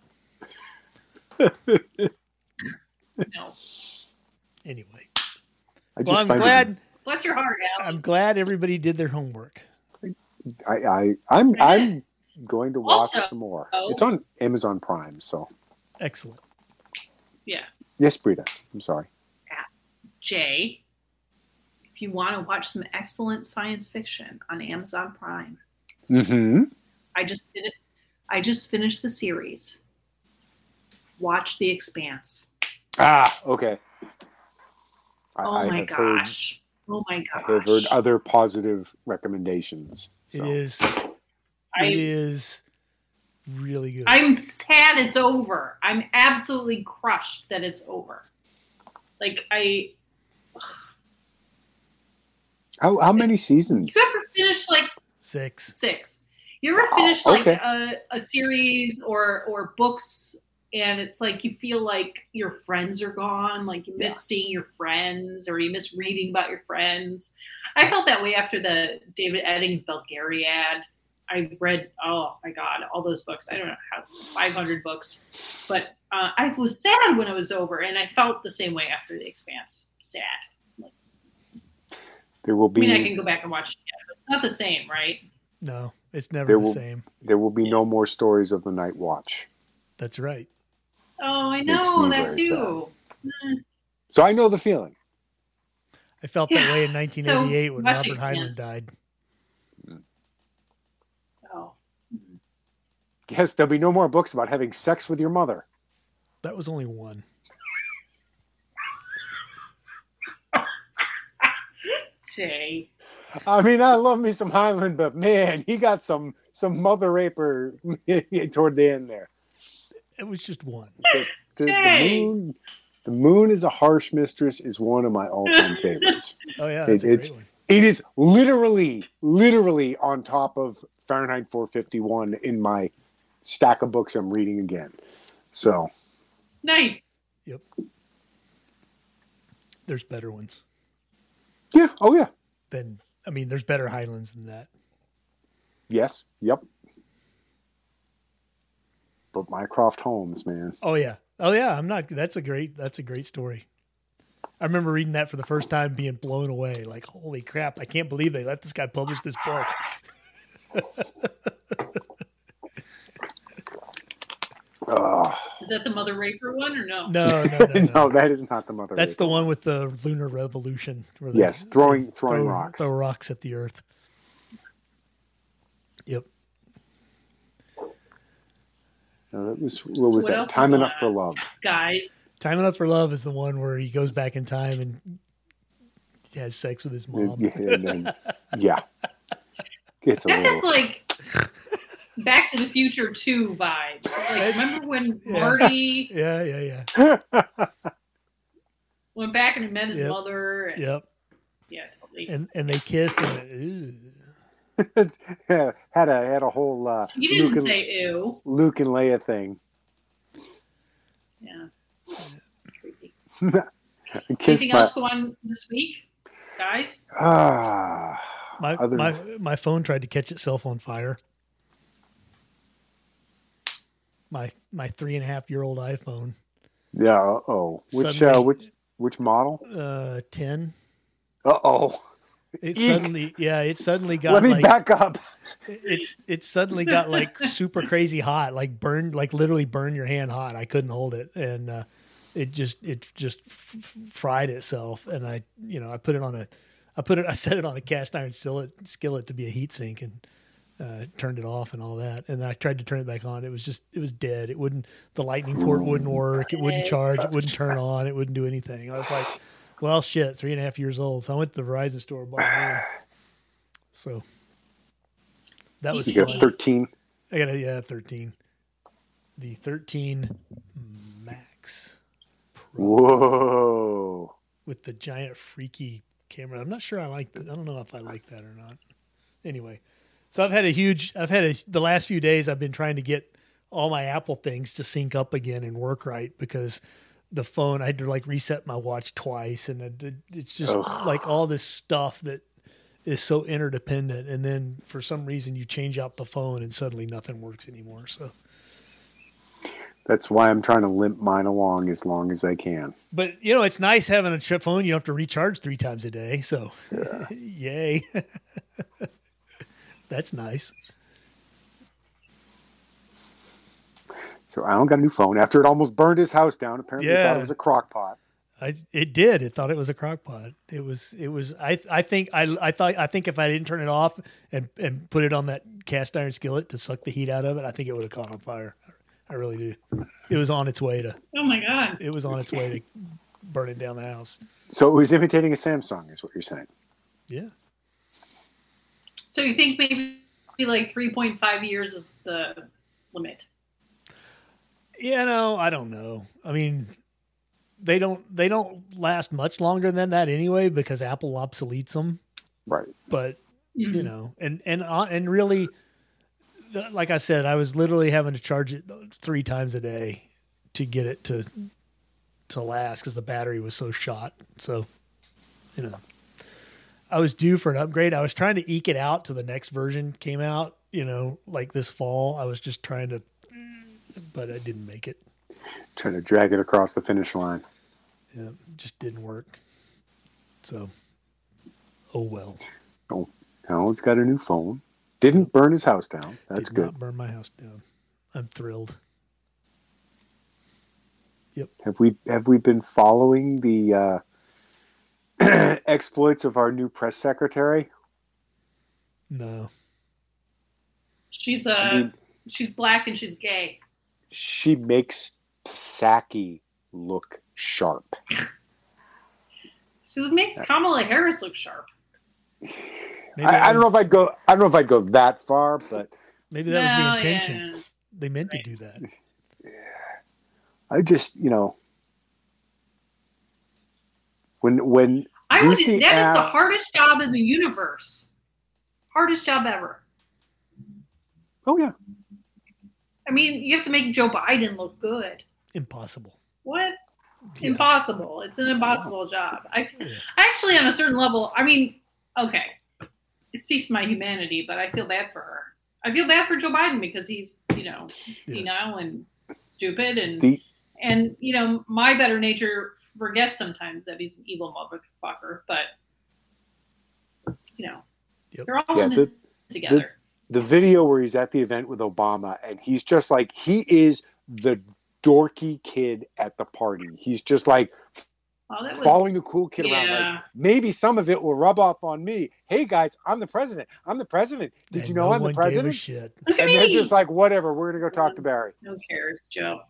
[SPEAKER 2] No,
[SPEAKER 3] Anyway,
[SPEAKER 1] I
[SPEAKER 3] well, I'm
[SPEAKER 1] find it-
[SPEAKER 3] glad
[SPEAKER 2] bless your heart, Alan.
[SPEAKER 3] I'm glad everybody did their homework.
[SPEAKER 1] I, I, I'm, I'm going to watch
[SPEAKER 2] Also- oh.
[SPEAKER 1] some more. It's on Amazon Prime, so.
[SPEAKER 3] Excellent.
[SPEAKER 2] Yeah,
[SPEAKER 1] Yes, Brita. I'm sorry.
[SPEAKER 2] Jay. If you want to watch some excellent science fiction on Amazon Prime,
[SPEAKER 1] Mm-hmm.
[SPEAKER 2] I just did it. I just finished the series. Watch The Expanse.
[SPEAKER 1] Ah, okay. I,
[SPEAKER 2] Oh
[SPEAKER 1] I
[SPEAKER 2] my
[SPEAKER 1] have heard-
[SPEAKER 2] gosh. oh my
[SPEAKER 1] I
[SPEAKER 2] gosh.
[SPEAKER 1] have heard other positive recommendations. So.
[SPEAKER 3] It is.
[SPEAKER 2] I-
[SPEAKER 3] it is really good.
[SPEAKER 2] I'm sad it's over. I'm absolutely crushed that it's over. Like I
[SPEAKER 1] How, how many seasons?
[SPEAKER 2] you ever finish like
[SPEAKER 3] Six.
[SPEAKER 2] six. You ever finish like
[SPEAKER 1] Oh, okay.
[SPEAKER 2] a, a series or or books and it's like you feel like your friends are gone, like you miss seeing your friends or you miss reading about your friends. I felt that way after the David Eddings Belgariad. I read oh my god, all those books. I don't know how five hundred books. But uh, I was sad when it was over and I felt the same way after the expanse. Sad.
[SPEAKER 1] There will
[SPEAKER 2] I mean I
[SPEAKER 1] be
[SPEAKER 2] can go back and watch it again, but it's not the same, right?
[SPEAKER 3] No, it's never
[SPEAKER 1] There
[SPEAKER 3] the
[SPEAKER 1] will-
[SPEAKER 3] same.
[SPEAKER 1] there will be no more stories of the Night Watch.
[SPEAKER 3] That's right.
[SPEAKER 2] Oh, I
[SPEAKER 1] Makes
[SPEAKER 2] know
[SPEAKER 1] me
[SPEAKER 2] that
[SPEAKER 1] very
[SPEAKER 2] too.
[SPEAKER 1] So I know the feeling.
[SPEAKER 3] I felt that
[SPEAKER 2] Yeah,
[SPEAKER 3] way in 1988 when
[SPEAKER 2] much
[SPEAKER 3] Robert Heinlein
[SPEAKER 2] expanse.
[SPEAKER 3] died.
[SPEAKER 2] Oh,
[SPEAKER 1] Yes, there'll be no more books about having sex with your mother.
[SPEAKER 3] That was only one.
[SPEAKER 2] Jay.
[SPEAKER 1] I mean, I love me some Highland, but man, he got some some mother raper (laughs) toward the end there.
[SPEAKER 3] It was just one.
[SPEAKER 1] The, the
[SPEAKER 2] Yay.
[SPEAKER 1] moon, the moon is a harsh mistress is one of my all
[SPEAKER 2] (laughs)
[SPEAKER 1] time favorites.
[SPEAKER 3] Oh yeah,
[SPEAKER 1] It-
[SPEAKER 3] that's a
[SPEAKER 1] it's-
[SPEAKER 3] great one.
[SPEAKER 1] It is literally, literally on top of Fahrenheit 451 in my stack of books I'm reading again. So
[SPEAKER 2] Nice.
[SPEAKER 3] There's better ones
[SPEAKER 1] yeah, oh yeah,
[SPEAKER 3] than. I mean, there's better Heinleins than that.
[SPEAKER 1] yes, yep. But Mycroft Holmes, man,
[SPEAKER 3] Oh yeah. Oh yeah. I'm not. That's a great. That's a great story. I remember reading that for the first time, being blown away. Like, holy crap! I can't believe they let this guy publish this book.
[SPEAKER 1] Ugh. (laughs)
[SPEAKER 2] Is that the Mother Raper one or no?
[SPEAKER 3] No, no, no. no.
[SPEAKER 1] no, that is not the mother.
[SPEAKER 3] that's
[SPEAKER 1] raper.
[SPEAKER 3] the one with the lunar revolution. Where they
[SPEAKER 1] yes, throwing throwing
[SPEAKER 3] throw,
[SPEAKER 1] rocks.
[SPEAKER 3] throw rocks at the earth. Yep.
[SPEAKER 1] No, that was what was
[SPEAKER 2] What
[SPEAKER 1] that?
[SPEAKER 2] else
[SPEAKER 1] Time
[SPEAKER 2] is
[SPEAKER 1] enough
[SPEAKER 2] on?
[SPEAKER 1] for love.
[SPEAKER 2] Guys,
[SPEAKER 3] Time Enough for Love is the one where he goes back in time and has sex with his mom.
[SPEAKER 1] Yeah, and then- yeah. It's a
[SPEAKER 2] that has
[SPEAKER 1] little.
[SPEAKER 2] like Back to the Future 2 vibes. Like, remember when
[SPEAKER 3] Yeah.
[SPEAKER 2] Marty
[SPEAKER 3] (laughs) Yeah, yeah, yeah.
[SPEAKER 2] went back and met his
[SPEAKER 3] Yep.
[SPEAKER 2] mother? And,
[SPEAKER 3] Yep.
[SPEAKER 2] Yeah, totally.
[SPEAKER 3] And and they kissed and ooh.
[SPEAKER 1] (laughs) had a had a whole uh,
[SPEAKER 2] you
[SPEAKER 1] Luke
[SPEAKER 2] didn't
[SPEAKER 1] and,
[SPEAKER 2] say ew.
[SPEAKER 1] Luke and Leia thing. (laughs)
[SPEAKER 2] Yeah. Creepy.
[SPEAKER 1] Kiss
[SPEAKER 2] Anything
[SPEAKER 1] my-
[SPEAKER 2] else go on this week, guys?
[SPEAKER 1] Ah,
[SPEAKER 3] My
[SPEAKER 1] Other-
[SPEAKER 3] my my phone tried to catch itself on fire. My my three and a half year old iPhone,
[SPEAKER 1] yeah. Oh, which uh,
[SPEAKER 3] Suddenly-
[SPEAKER 1] which which model?
[SPEAKER 3] uh, ten.
[SPEAKER 1] Uh oh.
[SPEAKER 3] It
[SPEAKER 1] Eek.
[SPEAKER 3] suddenly, yeah, it suddenly got
[SPEAKER 1] Let me
[SPEAKER 3] like
[SPEAKER 1] back up.
[SPEAKER 3] it's it suddenly got like super crazy hot, like burned, like literally burn your hand hot. I couldn't hold it, and uh, it just it just f- f- fried itself. And I, you know, I put it on a, I put it, I set it on a cast iron skillet, skillet to be a heat sink, and uh, turned it off and all that. And I tried to turn it back on. It was just it was dead. It wouldn't. The lightning port wouldn't work. It wouldn't charge. It wouldn't turn on. It wouldn't do anything. I was like, well, shit, three and a half years old. So I went to the Verizon store, and bought a new one. So that was
[SPEAKER 1] You go
[SPEAKER 3] fun.
[SPEAKER 1] 13.
[SPEAKER 3] I got a yeah, thirteen. The thirteen Max Pro
[SPEAKER 1] Whoa.
[SPEAKER 3] with the giant freaky camera. I'm not sure I like. that. I don't know if I like that or not. Anyway, so I've had a huge. I've had a the last few days. I've been trying to get all my Apple things to sync up again and work right because the phone. I had to like reset my watch twice, and it- it- it's just
[SPEAKER 1] Ugh.
[SPEAKER 3] like all this stuff that is so interdependent. And then for some reason, you change out the phone, and suddenly nothing works anymore. So.
[SPEAKER 1] That's why I'm trying to limp mine along as long as I can.
[SPEAKER 3] But you know, it's nice having a trip phone. You don't have to recharge three times a day. So, (laughs) yay. That's nice.
[SPEAKER 1] So Alan got a new phone after it almost burned his house down. Apparently, he thought
[SPEAKER 3] Yeah.
[SPEAKER 1] it was a crock pot.
[SPEAKER 3] I it did. It thought it was a crock pot. It was it was I I think I I thought I think if I didn't turn it off and and put it on that cast iron skillet to suck the heat out of it, I think it would have caught on fire. I really do. It was on its way to
[SPEAKER 2] Oh my god.
[SPEAKER 3] it was on its way to burning down the house.
[SPEAKER 1] So it was imitating a Samsung, is what you're saying.
[SPEAKER 3] Yeah.
[SPEAKER 2] So you think maybe like 3.5 years is the limit?
[SPEAKER 3] You know, I don't know. I mean, they don't they don't last much longer than that anyway because Apple obsoletes them.
[SPEAKER 1] Right.
[SPEAKER 3] But
[SPEAKER 2] Mhm.
[SPEAKER 3] you know, and and uh, and really, the- like I said, I was literally having to charge it three times a day to get it to to last because the battery was so shot. So, you know, I was due for an upgrade. I was trying to eke it out to the next version came out. You know, like this fall, I was just trying to, but I didn't make it.
[SPEAKER 1] Trying to drag it across the finish line.
[SPEAKER 3] Yeah, it just didn't work. So, oh well.
[SPEAKER 1] Oh, Alan's got a new phone. Didn't burn his house down. That's
[SPEAKER 3] Did
[SPEAKER 1] good.
[SPEAKER 3] Not burn my house down. I'm thrilled.
[SPEAKER 1] Have we have we been following the uh, (clears throat) exploits of our new press secretary?
[SPEAKER 3] No,
[SPEAKER 2] She's uh
[SPEAKER 1] I mean-
[SPEAKER 2] she's black and she's gay.
[SPEAKER 1] She makes Psaki look sharp.
[SPEAKER 2] She makes Kamala Harris look sharp.
[SPEAKER 3] maybe
[SPEAKER 1] I, I don't know if
[SPEAKER 3] was-
[SPEAKER 1] I'd go. I don't know if I'd go that far, but
[SPEAKER 3] maybe that was
[SPEAKER 2] No,
[SPEAKER 3] the intention.
[SPEAKER 2] yeah.
[SPEAKER 3] They meant
[SPEAKER 2] Right.
[SPEAKER 3] to do that.
[SPEAKER 1] I just you know when when
[SPEAKER 2] I
[SPEAKER 1] Do you
[SPEAKER 2] would.
[SPEAKER 1] see
[SPEAKER 2] That is the
[SPEAKER 1] Ab-
[SPEAKER 2] hardest job in the universe. Hardest job ever.
[SPEAKER 1] oh yeah
[SPEAKER 2] I mean, you have to make Joe Biden look good.
[SPEAKER 3] Impossible.
[SPEAKER 2] What?
[SPEAKER 3] Yeah.
[SPEAKER 2] Impossible. It's an impossible job. I
[SPEAKER 3] Yeah.
[SPEAKER 2] actually, on a certain level, I mean, okay, it speaks to my humanity, but I feel bad for her. I feel bad for Joe Biden because he's, you know, senile and stupid, and
[SPEAKER 1] The-
[SPEAKER 2] and you know, my better nature forgets sometimes that he's an evil motherfucker, but you know,
[SPEAKER 3] Yep.
[SPEAKER 2] they're all
[SPEAKER 1] Yeah,
[SPEAKER 2] in
[SPEAKER 1] the-
[SPEAKER 2] it together.
[SPEAKER 1] the video where he's at the event with Obama and he's just like he is the dorky kid at the party. He's just like
[SPEAKER 2] oh, that was,
[SPEAKER 1] following the cool kid around. Like,
[SPEAKER 2] yeah.
[SPEAKER 1] maybe some of it will rub off on me. Hey guys, I'm the president. I'm the president. Did
[SPEAKER 3] And
[SPEAKER 1] you know
[SPEAKER 3] no
[SPEAKER 1] I'm the
[SPEAKER 3] one Gave a
[SPEAKER 1] president?
[SPEAKER 3] shit.
[SPEAKER 2] Look at
[SPEAKER 1] And they're
[SPEAKER 2] me.
[SPEAKER 1] just like, whatever, we're gonna go talk to Barry.
[SPEAKER 2] Who cares, Joe?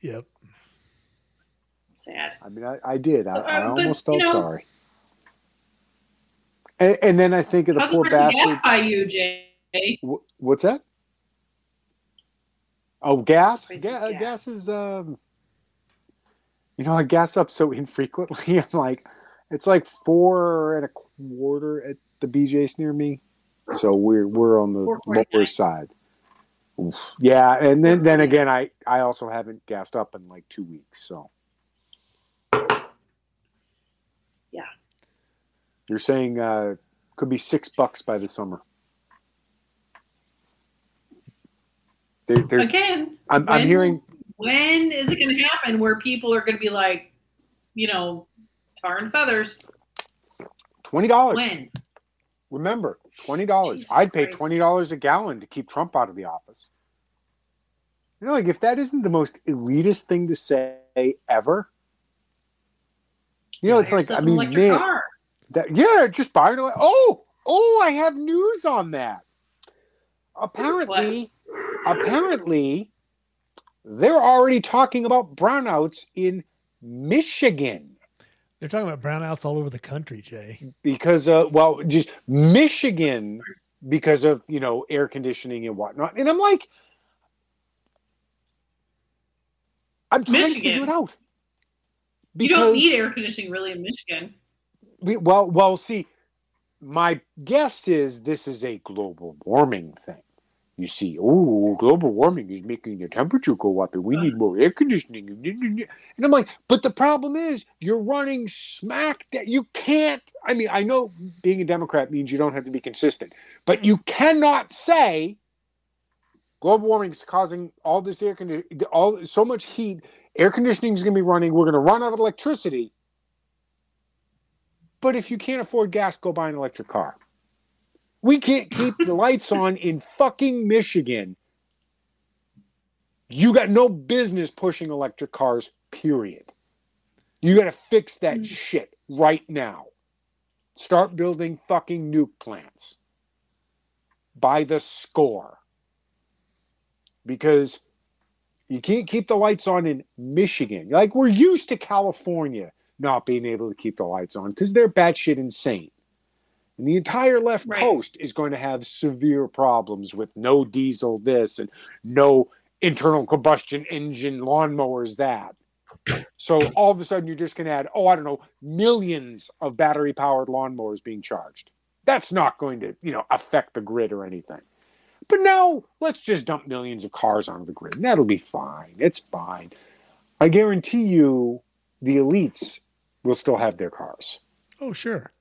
[SPEAKER 3] Yep.
[SPEAKER 2] Sad.
[SPEAKER 1] I mean, I, I did. I, I
[SPEAKER 2] Uh, but,
[SPEAKER 1] almost
[SPEAKER 2] you
[SPEAKER 1] felt
[SPEAKER 2] know-
[SPEAKER 1] sorry. And, and then I think of the
[SPEAKER 2] How's
[SPEAKER 1] poor
[SPEAKER 2] the person
[SPEAKER 1] bastard.
[SPEAKER 2] gassed by you, Jay?
[SPEAKER 1] Wh- What's that? Oh, gas.
[SPEAKER 2] Price of
[SPEAKER 1] Ga-
[SPEAKER 2] gas.
[SPEAKER 1] gas. is. Um, you know, I gas up so infrequently. (laughs) I'm like, it's like four and a quarter at the BJ's near me, so we're we're on the
[SPEAKER 2] 4.49.
[SPEAKER 1] lower side. Oof. Yeah, and then then again, I I also haven't gassed up in like two weeks, so.
[SPEAKER 2] Yeah.
[SPEAKER 1] You're saying uh, could be six bucks by the summer. There, there's,
[SPEAKER 2] Again,
[SPEAKER 1] I'm, I'm
[SPEAKER 2] when-
[SPEAKER 1] hearing
[SPEAKER 2] when is it going to happen where people are going to be like, you know, tar and feathers?
[SPEAKER 1] twenty dollars.
[SPEAKER 2] When?
[SPEAKER 1] Remember, twenty dollars.
[SPEAKER 2] Jesus
[SPEAKER 1] I'd pay
[SPEAKER 2] Christ.
[SPEAKER 1] twenty dollars a gallon to keep Trump out of the office. You know, like if that isn't the most elitist thing to say ever. You know, it's
[SPEAKER 2] Buy
[SPEAKER 1] like
[SPEAKER 2] yourself
[SPEAKER 1] I
[SPEAKER 2] an
[SPEAKER 1] mean,
[SPEAKER 2] electric
[SPEAKER 1] man,
[SPEAKER 2] car.
[SPEAKER 1] That, yeah, just buy it away. Oh, oh, I have news on that. Apparently, apparently, they're already talking about brownouts in Michigan.
[SPEAKER 3] They're talking about brownouts all over the country, Jay.
[SPEAKER 1] because uh, well, just Michigan because of you know air conditioning and whatnot. And I'm like, I'm trying
[SPEAKER 2] Michigan.
[SPEAKER 1] to figure it out.
[SPEAKER 2] you don't need air conditioning really in Michigan.
[SPEAKER 1] We, well, well, see, my guess is this is a global warming thing. You see, oh, global warming is making the temperature go up, and we need more air conditioning. And I'm like, but the problem is, you're running smack that you can't. I mean, I know being a Democrat means you don't have to be consistent, but you cannot say global warming is causing all this air conditioning, all so much heat. Air conditioning is going to be running. We're going to run out of electricity. But if you can't afford gas, go buy an electric car. We can't keep the lights on in fucking Michigan. You got no business pushing electric cars, period. You got to fix that
[SPEAKER 2] Mm.
[SPEAKER 1] shit right now. Start building fucking nuke plants by the score. Because you can't keep the lights on in Michigan. Like, we're used to California not being able to keep the lights on because they're batshit insane. And the entire left
[SPEAKER 2] Right.
[SPEAKER 1] coast is going to have severe problems with no diesel this and no internal combustion engine lawnmowers that. So all of a sudden you're just going to add, oh, I don't know, millions of battery powered lawnmowers being charged. That's not going to, you know, affect the grid or anything. But now let's just dump millions of cars onto the grid. And that'll be fine. It's fine. I guarantee you the elites will still have their cars.
[SPEAKER 3] Oh, sure.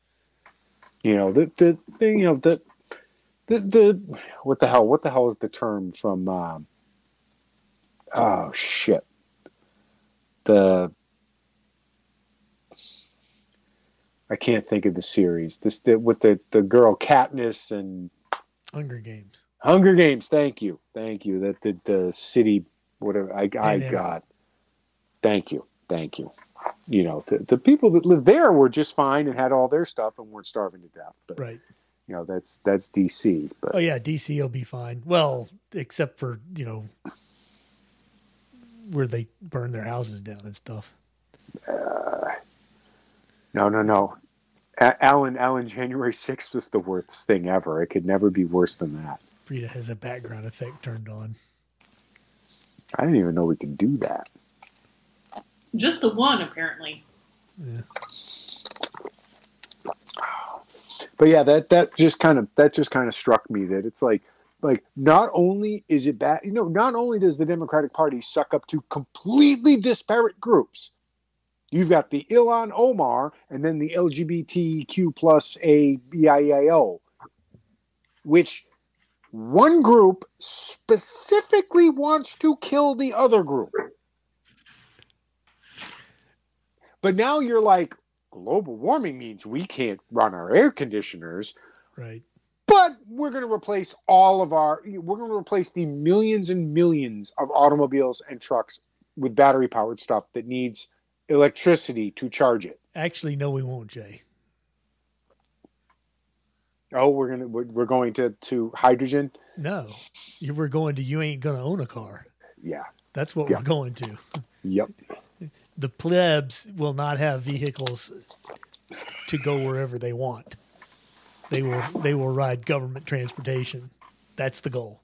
[SPEAKER 1] You know, the the, the you know the the the what the hell what the hell is the term from um oh shit. The I can't think of the series. This the, with the the girl Katniss and
[SPEAKER 3] Hunger Games.
[SPEAKER 1] Hunger Games. Thank you, thank you. That the the city, whatever. I, I
[SPEAKER 3] Dynamic.
[SPEAKER 1] got. Thank you, thank you. You know, the, the people that lived there were just fine and had all their stuff and weren't starving to death. But
[SPEAKER 3] Right.
[SPEAKER 1] you know, that's that's DC. But
[SPEAKER 3] Oh yeah, DC will be fine. Well, except for you know where they burn their houses down and stuff.
[SPEAKER 1] no, no, no. A- Alan, Alan, January sixth was the worst thing ever. It could never be worse than that.
[SPEAKER 3] Frida has a background effect turned on.
[SPEAKER 1] I didn't even know we could do that.
[SPEAKER 2] Just the one, apparently.
[SPEAKER 3] Yeah.
[SPEAKER 1] but yeah that that just kind of that just kind of struck me that it's like like not only is it bad you know not only does the democratic party suck up to completely disparate groups you've got the ilan omar and then the lgbtq plus a biao which one group specifically wants to kill the other group but now you're like global warming means we can't run our air conditioners
[SPEAKER 3] Right.
[SPEAKER 1] but we're going to replace all of our we're going to replace the millions and millions of automobiles and trucks with battery powered stuff that needs electricity to charge it
[SPEAKER 3] Actually, no, we won't, Jay.
[SPEAKER 1] oh we're going to we're, we're going to to hydrogen
[SPEAKER 3] No, you were going to. You ain't gonna own a car.
[SPEAKER 1] yeah
[SPEAKER 3] That's what
[SPEAKER 1] Yeah.
[SPEAKER 3] we're going to.
[SPEAKER 1] yep
[SPEAKER 3] The plebs will not have vehicles to go wherever they want. They will. They will ride government transportation. That's the goal.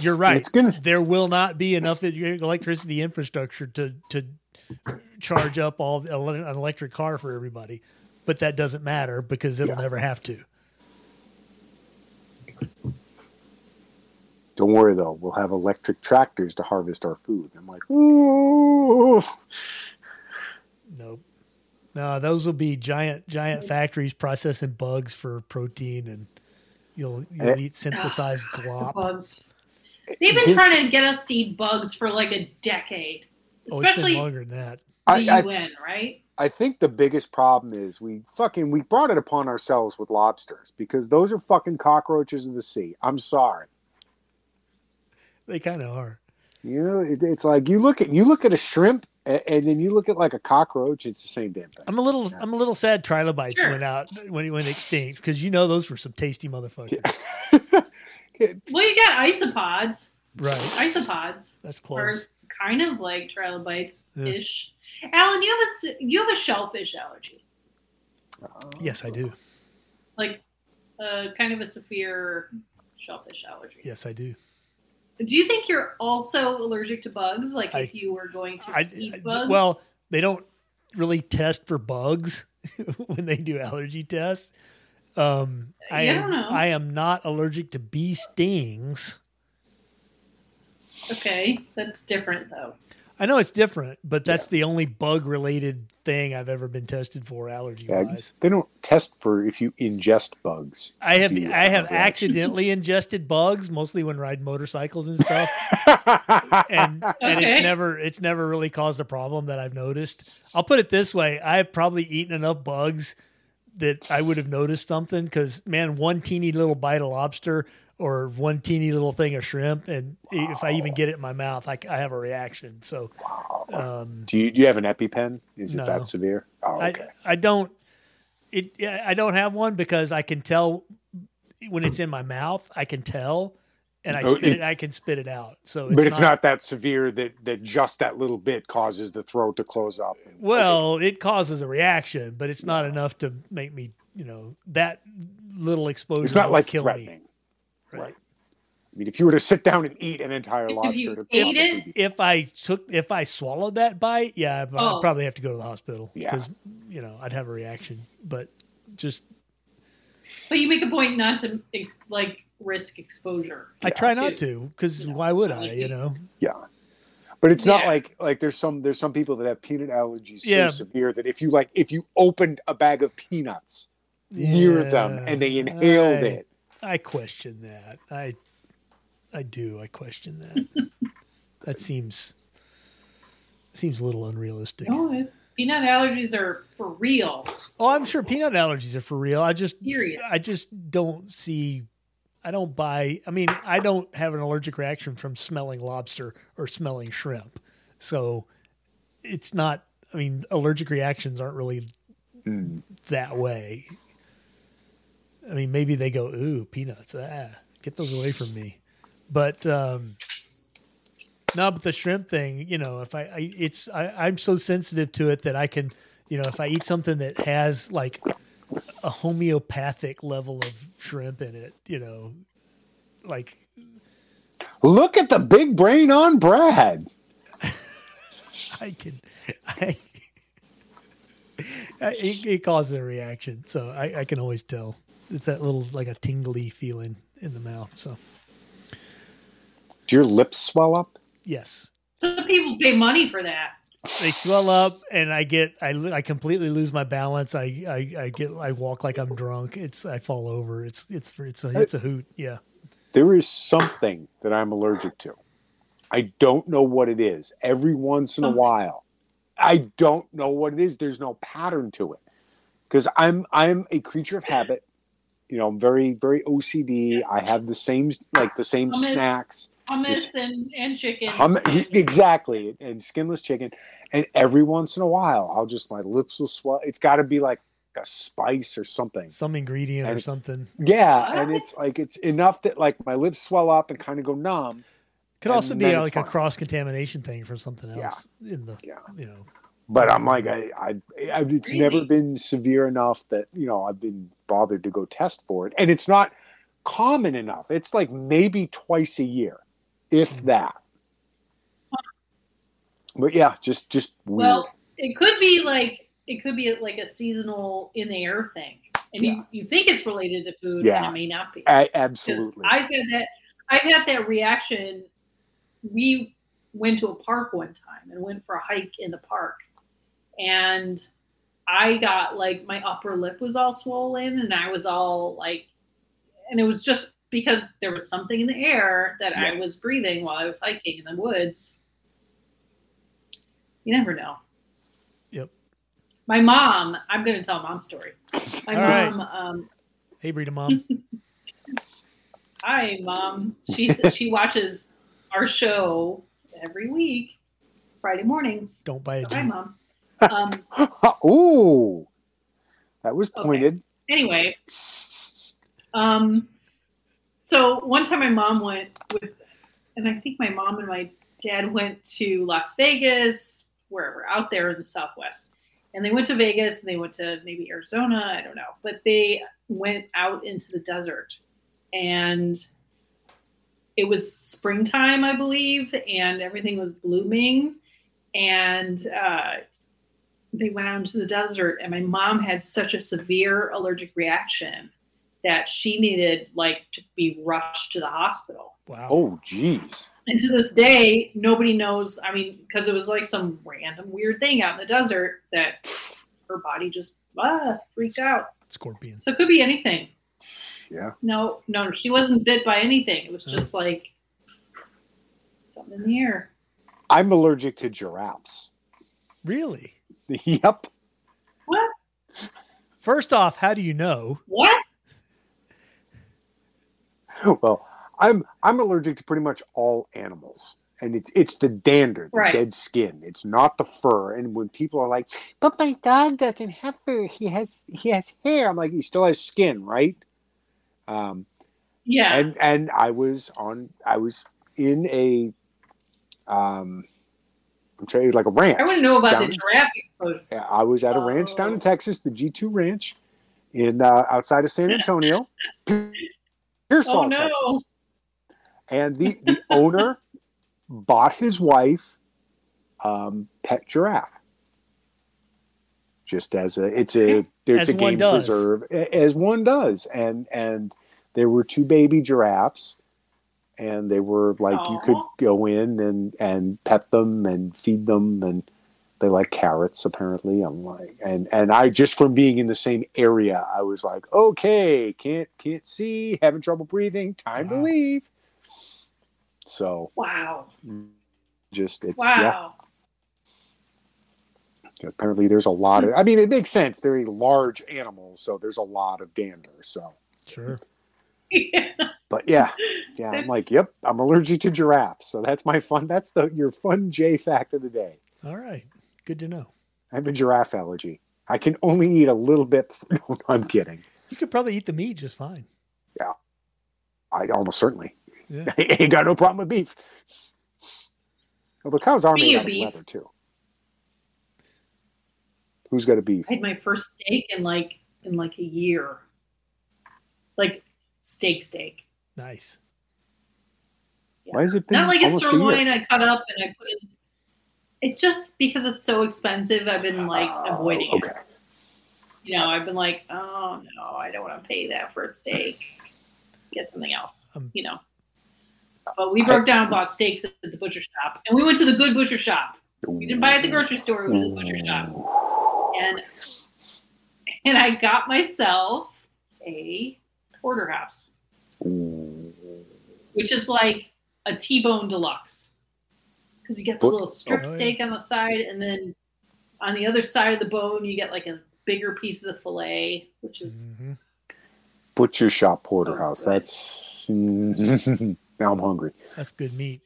[SPEAKER 3] You're right.
[SPEAKER 1] It's gonna-
[SPEAKER 3] There will not be enough e, electricity infrastructure to to charge up all the ele- an electric car for everybody, but that doesn't matter because it'll
[SPEAKER 1] Yeah.
[SPEAKER 3] never have to.
[SPEAKER 1] don't worry though we'll have electric tractors to harvest our food i'm like ooh
[SPEAKER 3] Nope. No, those will be giant, giant factories processing bugs for protein, and you'll you'll
[SPEAKER 1] Eh.
[SPEAKER 3] eat synthesized
[SPEAKER 2] Ah,
[SPEAKER 3] glop.
[SPEAKER 2] Bugs. They've been trying to get us to eat bugs for like a decade,
[SPEAKER 3] Oh, it's been
[SPEAKER 2] especially
[SPEAKER 3] longer than that.
[SPEAKER 2] the
[SPEAKER 1] I, I
[SPEAKER 2] UN, right?
[SPEAKER 1] I think the biggest problem is we fucking we brought it upon ourselves with lobsters because those are fucking cockroaches of the sea. I'm sorry.
[SPEAKER 3] They kind of are.
[SPEAKER 1] You know, it, it's like you look at you look at a shrimp and, and then you look at like a cockroach. It's the same damn thing. (laughs)
[SPEAKER 3] I'm a little, I'm a little sad. Trilobites
[SPEAKER 2] Sure.
[SPEAKER 3] went out when went extinct because you know those were some tasty motherfuckers.
[SPEAKER 2] Well, you got isopods.
[SPEAKER 3] Right.
[SPEAKER 2] Isopods
[SPEAKER 3] That's
[SPEAKER 2] are
[SPEAKER 3] close.
[SPEAKER 2] kind of like trilobites ish. Alan, you have a s- you have a shellfish allergy,
[SPEAKER 3] Yes, I do.
[SPEAKER 2] like uh, kind of a severe shellfish allergy.
[SPEAKER 3] Yes, I do.
[SPEAKER 2] Do you think you're also allergic to bugs? Like
[SPEAKER 3] I-
[SPEAKER 2] if you were going to
[SPEAKER 3] I,
[SPEAKER 2] eat
[SPEAKER 3] I-
[SPEAKER 2] bugs?
[SPEAKER 3] well, they don't really test for bugs (laughs) when they do allergy tests. Um, I,
[SPEAKER 2] Yeah, I
[SPEAKER 3] am,
[SPEAKER 2] don't know.
[SPEAKER 3] I am not allergic to bee stings.
[SPEAKER 2] okay, that's different though.
[SPEAKER 3] I know it's different, but that's the only bug related thing I've ever been tested for allergy wise.
[SPEAKER 1] Bugs. They don't test for if you ingest bugs.
[SPEAKER 3] I have
[SPEAKER 1] Do you
[SPEAKER 3] I have
[SPEAKER 1] have allergy?
[SPEAKER 3] accidentally ingested bugs, mostly when riding motorcycles and stuff. (laughs) and and it's
[SPEAKER 2] Okay.
[SPEAKER 3] never it's never really caused a problem that I've noticed. I'll put it this way: I've probably eaten enough bugs that I would have noticed something. Because man, one teeny little bite of lobster or one teeny little thing of shrimp, and if I even get it in my mouth, I, I have a reaction. So um,
[SPEAKER 1] (laughs) do you do you have an EpiPen? Is
[SPEAKER 3] No.
[SPEAKER 1] it that severe? Oh, okay.
[SPEAKER 3] I I don't it yeah, I don't have one because I can tell when it's in my mouth. I can tell. And I
[SPEAKER 1] Oh,
[SPEAKER 3] spit
[SPEAKER 1] it-
[SPEAKER 3] it, I can spit it out. So
[SPEAKER 1] but it's not, that severe that that just that little bit causes the throat to close up.
[SPEAKER 3] Well, it causes a reaction, but it's not enough to make me, you know, that little exposure.
[SPEAKER 1] it's not
[SPEAKER 3] will
[SPEAKER 1] like
[SPEAKER 3] kill
[SPEAKER 1] threatening.
[SPEAKER 3] me.
[SPEAKER 1] Right. I mean, if you were to sit down and eat an entire
[SPEAKER 2] If you
[SPEAKER 1] lobster, it'd
[SPEAKER 2] ate
[SPEAKER 1] probably
[SPEAKER 2] it?
[SPEAKER 1] be-
[SPEAKER 3] If I took, if I swallowed that bite, yeah, I'd, I'd
[SPEAKER 2] Oh.
[SPEAKER 3] probably have to go to the hospital
[SPEAKER 1] Yeah.
[SPEAKER 3] because, you know, I'd have a reaction. But just,
[SPEAKER 2] But you make a point not to ex- like risk exposure.
[SPEAKER 3] I
[SPEAKER 1] Yeah,
[SPEAKER 3] try
[SPEAKER 1] it's-
[SPEAKER 3] not to because
[SPEAKER 2] you know,
[SPEAKER 3] why would I?
[SPEAKER 2] like-
[SPEAKER 3] You know,
[SPEAKER 1] yeah. But it's not
[SPEAKER 2] Yeah.
[SPEAKER 1] like like there's some there's some people that have peanut allergies so
[SPEAKER 3] Yeah.
[SPEAKER 1] severe that if you like if you opened a bag of peanuts near them
[SPEAKER 3] Yeah,
[SPEAKER 1] and they inhaled
[SPEAKER 3] I-
[SPEAKER 1] it,
[SPEAKER 3] I question that. I, I do. I question
[SPEAKER 2] (laughs)
[SPEAKER 3] that. that seems seems a little unrealistic.
[SPEAKER 2] No, it- peanut allergies are for real.
[SPEAKER 3] Oh, I'm sure peanut allergies are for real. I just
[SPEAKER 2] Serious.
[SPEAKER 3] I just don't see I don't buy I mean, I don't have an allergic reaction from smelling lobster or smelling shrimp. So it's not I mean, allergic reactions aren't really
[SPEAKER 1] Hmm.
[SPEAKER 3] that way. I mean, maybe they go, ooh, peanuts, ah, get those away from me. But um no, but the shrimp thing, you know, if I, I it's I, I'm so sensitive to it that I can, you know, if I eat something that has like a homeopathic level of shrimp in it, you know, like
[SPEAKER 1] look at the big brain on Brad.
[SPEAKER 3] (laughs) I can, I, I it, it causes a reaction, so I, I can always tell. It's that little like a tingly feeling in the mouth. So
[SPEAKER 1] Do your lips swell up?
[SPEAKER 3] yes,
[SPEAKER 2] Some people pay money for that.
[SPEAKER 3] they swell up, and I get I lo- I completely lose my balance. I I, I get I walk like I'm drunk. It's I fall over. It's it's it's a, it's a hoot. Yeah.
[SPEAKER 1] there is something that I'm allergic to. I don't know what it is. Every once in a
[SPEAKER 2] Something.
[SPEAKER 1] while, I don't know what it is. There's no pattern to it because I'm I'm a creature of habit. You know, I'm very very OCD. I have the same like the same
[SPEAKER 2] Hummus.
[SPEAKER 1] snacks.
[SPEAKER 2] Hummus and, and chicken.
[SPEAKER 1] Hum- exactly, and skinless chicken. And every once in a while, I'll just my lips will swell. It's got to be like a spice or something.
[SPEAKER 3] Some ingredient or
[SPEAKER 1] And-
[SPEAKER 3] something
[SPEAKER 1] Yeah, and
[SPEAKER 2] What?
[SPEAKER 1] it's like it's enough that like my lips swell up and kind of go numb.
[SPEAKER 3] could also
[SPEAKER 1] and
[SPEAKER 3] be
[SPEAKER 1] then
[SPEAKER 3] uh,
[SPEAKER 1] it's
[SPEAKER 3] like a
[SPEAKER 1] fine.
[SPEAKER 3] cross contamination thing from something
[SPEAKER 1] Yeah.
[SPEAKER 3] else in the
[SPEAKER 1] Yeah.
[SPEAKER 3] you know
[SPEAKER 1] but I'm like, I, I, I it's
[SPEAKER 2] Crazy.
[SPEAKER 1] never been severe enough that you know I've been bothered to go test for it, and it's not common enough. It's like maybe twice a year, if
[SPEAKER 2] Mm-hmm.
[SPEAKER 1] that. But yeah, just just weird.
[SPEAKER 2] Well, it could be like it could be like a seasonal in the air thing, and
[SPEAKER 1] Yeah.
[SPEAKER 2] you, you think it's related to food,
[SPEAKER 1] Yeah.
[SPEAKER 2] and it may not be.
[SPEAKER 1] I,
[SPEAKER 2] 'Cause
[SPEAKER 1] absolutely.
[SPEAKER 2] I've had that. I've had that reaction. We went to a park one time and went for a hike in the park, and I got like my upper lip was all swollen, and I was all like, and it was just because there was something in the air that I was breathing while I was hiking in the woods. You never know.
[SPEAKER 3] Yep.
[SPEAKER 2] My mom, I'm going to tell mom's story. My
[SPEAKER 3] All right.
[SPEAKER 2] mom, um,
[SPEAKER 3] hey breed
[SPEAKER 1] (laughs)
[SPEAKER 3] mom
[SPEAKER 2] Hi, mom. She she watches our show every week, Friday mornings.
[SPEAKER 3] don't buy a
[SPEAKER 2] So, hi,
[SPEAKER 3] Jeep.
[SPEAKER 2] mom.
[SPEAKER 1] (laughs)
[SPEAKER 2] Um,
[SPEAKER 1] Ooh, that was
[SPEAKER 2] Okay.
[SPEAKER 1] pointed.
[SPEAKER 2] anyway, um, so one time my mom went with and I think my mom and my dad went to Las Vegas, wherever out there in the Southwest. And they went to Vegas and they went to maybe Arizona, I don't know. But they went out into the desert and it was springtime, I believe, and everything was blooming. And uh, they went out into the desert, and my mom had such a severe allergic reaction that she needed like to be rushed to the hospital.
[SPEAKER 3] Wow.
[SPEAKER 1] Oh, geez.
[SPEAKER 2] And to this day, nobody knows. I mean, because it was like some random weird thing out in the desert that her body just ah, freaked out.
[SPEAKER 3] Scorpion.
[SPEAKER 2] So it could be anything.
[SPEAKER 1] Yeah.
[SPEAKER 2] No, no, she wasn't bit by anything. It
[SPEAKER 1] Mm.
[SPEAKER 2] was just like something in the air.
[SPEAKER 1] I'm allergic to giraffes. (laughs)
[SPEAKER 3] Really?
[SPEAKER 1] Yep.
[SPEAKER 2] What?
[SPEAKER 3] First off, how do you know?
[SPEAKER 2] What?
[SPEAKER 1] (laughs) Well, I'm I'm allergic to pretty much all animals. And it's it's the dander, the
[SPEAKER 2] Right.
[SPEAKER 1] dead skin. It's not the fur. And when people are like, "But my dog doesn't have fur. He has he has hair." I'm like, "He still has skin, right?" Um,
[SPEAKER 2] Yeah.
[SPEAKER 1] and and I was on I was in a um I'm trying like a ranch.
[SPEAKER 2] I want to know about
[SPEAKER 1] Down-
[SPEAKER 2] the giraffe explosion.
[SPEAKER 1] Yeah, I was at a ranch down in
[SPEAKER 2] Oh.
[SPEAKER 1] Texas, the G2 Ranch, in uh, outside of San Antonio, Pearsall,
[SPEAKER 2] Oh, no.
[SPEAKER 1] Texas. And the the owner bought his wife um, pet giraffe, just as a it's a
[SPEAKER 3] As
[SPEAKER 1] it's a
[SPEAKER 3] one
[SPEAKER 1] game
[SPEAKER 3] does.
[SPEAKER 1] preserve a- as one does, and and there were two baby giraffes. And they were like you could
[SPEAKER 2] Aw.
[SPEAKER 1] go in and and pet them and feed them and they like carrots apparently i'm like and and i just from being in the same area i was like okay can't can't see having trouble breathing time
[SPEAKER 3] Wow.
[SPEAKER 1] to leave so
[SPEAKER 2] Wow.
[SPEAKER 1] just it's yeah
[SPEAKER 2] Wow.
[SPEAKER 1] apparently there's a lot of i mean it makes sense they're a large animals so there's a lot of dander so
[SPEAKER 3] Sure.
[SPEAKER 2] (laughs)
[SPEAKER 1] but yeah yeah i'm
[SPEAKER 2] That's-
[SPEAKER 1] like yep i'm allergic to giraffes so that's my fun that's the your fun j fact of the day
[SPEAKER 3] All right. Good to know.
[SPEAKER 1] i have a giraffe allergy i can only eat a little bit (laughs) no, i'm kidding
[SPEAKER 3] You could probably eat the meat just fine.
[SPEAKER 1] i almost certainly (laughs)
[SPEAKER 3] Yeah.
[SPEAKER 1] ain't got no problem with beef. Well, the cows are made
[SPEAKER 2] Speaking
[SPEAKER 1] out of
[SPEAKER 2] of beef.
[SPEAKER 1] leather too. Who's got a beef?
[SPEAKER 2] I had my first steak in like in like a year. Like steak steak.
[SPEAKER 3] Nice.
[SPEAKER 1] Why is it been
[SPEAKER 2] Not like a
[SPEAKER 1] almost a year?
[SPEAKER 2] sirloin I cut up and I put in it's just because it's so expensive I've been like
[SPEAKER 1] Oh,
[SPEAKER 2] avoiding it.
[SPEAKER 1] Okay,
[SPEAKER 2] You know, I've been like, oh no, I don't want to pay that for a steak. Get something else.
[SPEAKER 3] Um,
[SPEAKER 2] you know. But we broke down and bought steaks at the butcher shop. And we went to the good butcher shop. We didn't buy
[SPEAKER 1] Mm.
[SPEAKER 2] it at the grocery store, we went to the butcher shop. and and I got myself a porterhouse, which is like a T-bone deluxe, because you get the
[SPEAKER 1] But-
[SPEAKER 2] little strip
[SPEAKER 3] Oh, yeah.
[SPEAKER 2] steak on the side, and then on the other side of the bone, you get like a bigger piece of the fillet, which is
[SPEAKER 3] hmm
[SPEAKER 1] Butcher shop porterhouse.
[SPEAKER 2] good.
[SPEAKER 1] That's (laughs) now I'm hungry.
[SPEAKER 3] That's good meat.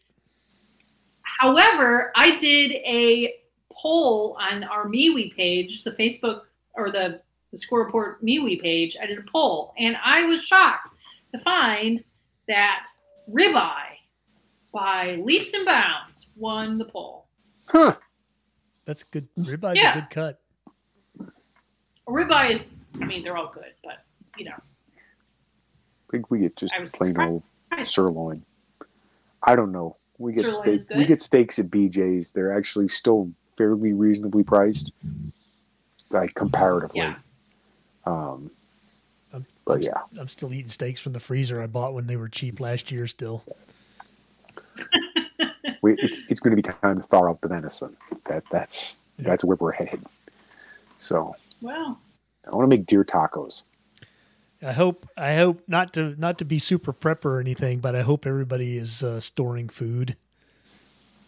[SPEAKER 2] However, I did a poll on our MeWe page, the Facebook or the, the Score Report MeWe page. I did a poll, and I was shocked to find that ribeye by leaps and bounds won the poll.
[SPEAKER 1] Huh.
[SPEAKER 3] That's good. Ribeye's
[SPEAKER 2] Yeah.
[SPEAKER 3] a good cut.
[SPEAKER 2] Ribeye is, I mean, they're all good, but you know,
[SPEAKER 1] I think we get just
[SPEAKER 2] I was
[SPEAKER 1] plain old
[SPEAKER 2] surprised.
[SPEAKER 1] sirloin. I don't know. We get
[SPEAKER 2] Sirloin is
[SPEAKER 1] steak. We
[SPEAKER 2] good?
[SPEAKER 1] get steaks at BJ's. They're actually still fairly reasonably priced, like comparatively.
[SPEAKER 2] Yeah.
[SPEAKER 1] Um,
[SPEAKER 3] Um,
[SPEAKER 1] but yeah,
[SPEAKER 3] I'm still eating steaks from the freezer I bought when they were cheap last year still.
[SPEAKER 1] we, it's it's going to be time to thaw out the venison. That that's
[SPEAKER 3] Yeah.
[SPEAKER 1] that's where we're headed. So
[SPEAKER 2] well,
[SPEAKER 1] I want to make deer tacos.
[SPEAKER 3] I hope I hope not to not to be super prepper or anything, but I hope everybody is uh, storing food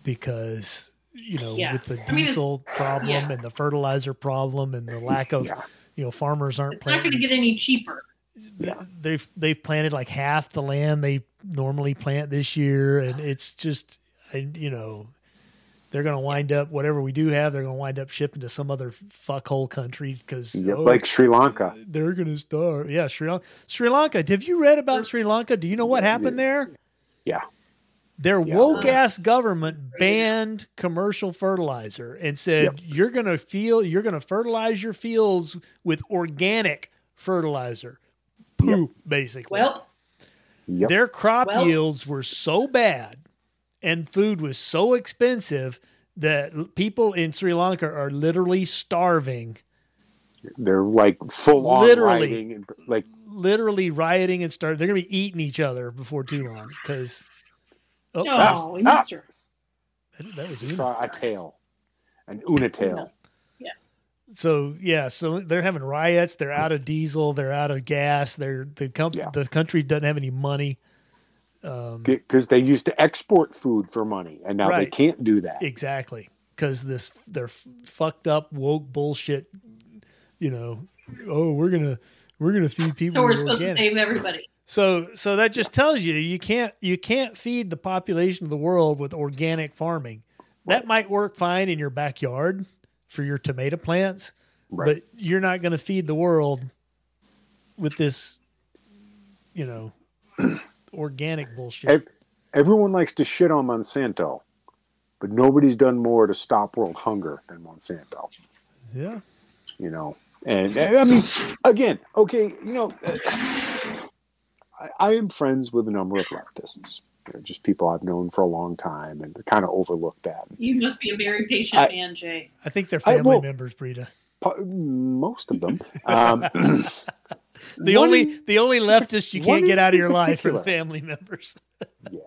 [SPEAKER 3] because you know
[SPEAKER 2] Yeah.
[SPEAKER 3] with the
[SPEAKER 2] I mean, it's-
[SPEAKER 3] diesel problem
[SPEAKER 2] yeah.
[SPEAKER 3] and the fertilizer problem and the lack of
[SPEAKER 1] yeah,
[SPEAKER 3] you know farmers aren't
[SPEAKER 2] it's not going
[SPEAKER 3] planting
[SPEAKER 2] to get any cheaper.
[SPEAKER 3] th-
[SPEAKER 1] Yeah.
[SPEAKER 3] they've they've planted like half the land they normally plant this year, and it's just I- you know they're going to wind up whatever we do have, they're going to wind up shipping to some other fuckhole country oh, because
[SPEAKER 1] Yep, like Sri Lanka.
[SPEAKER 3] they're going to starve. Yeah, Sri Lanka. Sri Lanka. Have you read about Sri Lanka? Do you know what happened there?
[SPEAKER 1] Yeah.
[SPEAKER 3] Their
[SPEAKER 1] Yeah.
[SPEAKER 3] woke ass government banned commercial fertilizer and said you're going to feel you're going to fertilize your fields with organic fertilizer. Poo, basically.
[SPEAKER 2] Well,
[SPEAKER 1] Yep.
[SPEAKER 3] Their crop
[SPEAKER 2] Well-
[SPEAKER 3] yields were so bad and food was so expensive that l- people in Sri Lanka are literally starving,
[SPEAKER 1] They're like full on
[SPEAKER 3] Literally.
[SPEAKER 1] rioting and like
[SPEAKER 3] literally rioting and starving. They're going to be eating each other before too long because oh,
[SPEAKER 2] oh, we
[SPEAKER 1] ah.
[SPEAKER 2] missed her.
[SPEAKER 3] that, that was
[SPEAKER 1] saw a tail, an una tail.
[SPEAKER 3] so yeah so they're having riots they're out of diesel they're out of gas they're the comp-
[SPEAKER 1] Yeah.
[SPEAKER 3] the country doesn't have any money um,
[SPEAKER 1] because they used to export food for money, and now they
[SPEAKER 3] Right.
[SPEAKER 1] can't do that.
[SPEAKER 3] exactly because this they're f- fucked up woke bullshit you know oh we're gonna we're gonna feed people
[SPEAKER 2] So we're
[SPEAKER 3] with
[SPEAKER 2] supposed
[SPEAKER 3] organic.
[SPEAKER 2] to save everybody.
[SPEAKER 3] so so that just tells you you can't you can't feed the population of the world with organic farming that might work fine in your backyard for your tomato plants
[SPEAKER 1] right.
[SPEAKER 3] but you're not going to feed the world with this, you know, (clears throat) organic bullshit.
[SPEAKER 1] Ev- Everyone likes to shit on Monsanto, but nobody's done more to stop world hunger than Monsanto.
[SPEAKER 3] yeah,
[SPEAKER 1] You know, and and I mean, again, okay, you know, uh, I, I am friends with a number of leftists. They're just people I've known for a long time, and they're kind of overlooked at.
[SPEAKER 2] You must be a very patient
[SPEAKER 1] I-
[SPEAKER 2] man, Jay.
[SPEAKER 3] I think they're
[SPEAKER 1] I-
[SPEAKER 3] family
[SPEAKER 1] well-
[SPEAKER 3] members, Brita.
[SPEAKER 1] Po- Most of them. Um,
[SPEAKER 3] (laughs) The
[SPEAKER 1] one
[SPEAKER 3] only the only leftist you
[SPEAKER 1] one
[SPEAKER 3] can't get
[SPEAKER 1] in
[SPEAKER 3] out of your life are the
[SPEAKER 1] particular.
[SPEAKER 3] family members.
[SPEAKER 1] Yeah.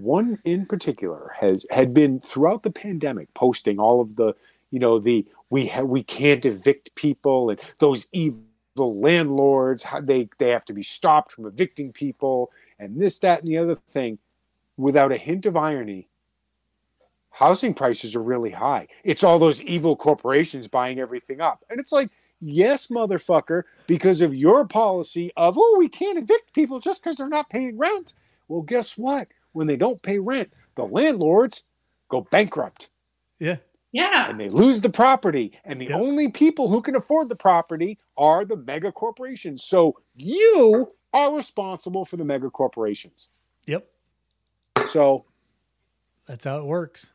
[SPEAKER 1] One in particular has had been throughout the pandemic posting all of the, you know, the we ha- we can't evict people and those evil landlords how they they have to be stopped from evicting people and this that and the other thing without a hint of irony. Housing prices are really high. It's all those evil corporations buying everything up. And it's like, yes, motherfucker, because of your policy of, oh, we can't evict people just because they're not paying rent. Well, guess what? When they don't pay rent, the landlords go bankrupt
[SPEAKER 3] Yeah,
[SPEAKER 2] Yeah.
[SPEAKER 1] and they lose the property. And the
[SPEAKER 3] Yep.
[SPEAKER 1] only people who can afford the property are the mega corporations. So you are responsible for the mega corporations.
[SPEAKER 3] yep,
[SPEAKER 1] So,
[SPEAKER 3] that's how it works.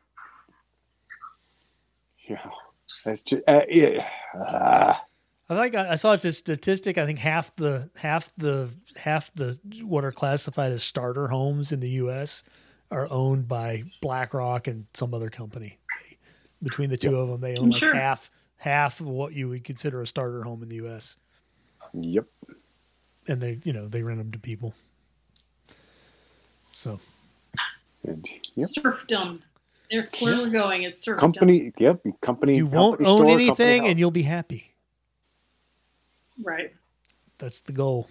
[SPEAKER 1] yeah, that's just, uh, yeah, uh,
[SPEAKER 3] I think I, I saw a statistic. I think half the half the half the what are classified as starter homes in the U.S. are owned by BlackRock and some other company. They- Between the two of them, they own like
[SPEAKER 2] Sure.
[SPEAKER 3] half half of what you would consider a starter home in the U.S.
[SPEAKER 1] yep.
[SPEAKER 3] And they, you know, they rent them to people. So
[SPEAKER 1] And, yep.
[SPEAKER 2] Serfdom. That's where we're going. It's serfdom.
[SPEAKER 1] Company, yep. Company,
[SPEAKER 3] you won't
[SPEAKER 1] company
[SPEAKER 3] own
[SPEAKER 1] store,
[SPEAKER 3] anything,
[SPEAKER 1] company
[SPEAKER 3] and you'll be happy.
[SPEAKER 2] Right.
[SPEAKER 3] That's the goal.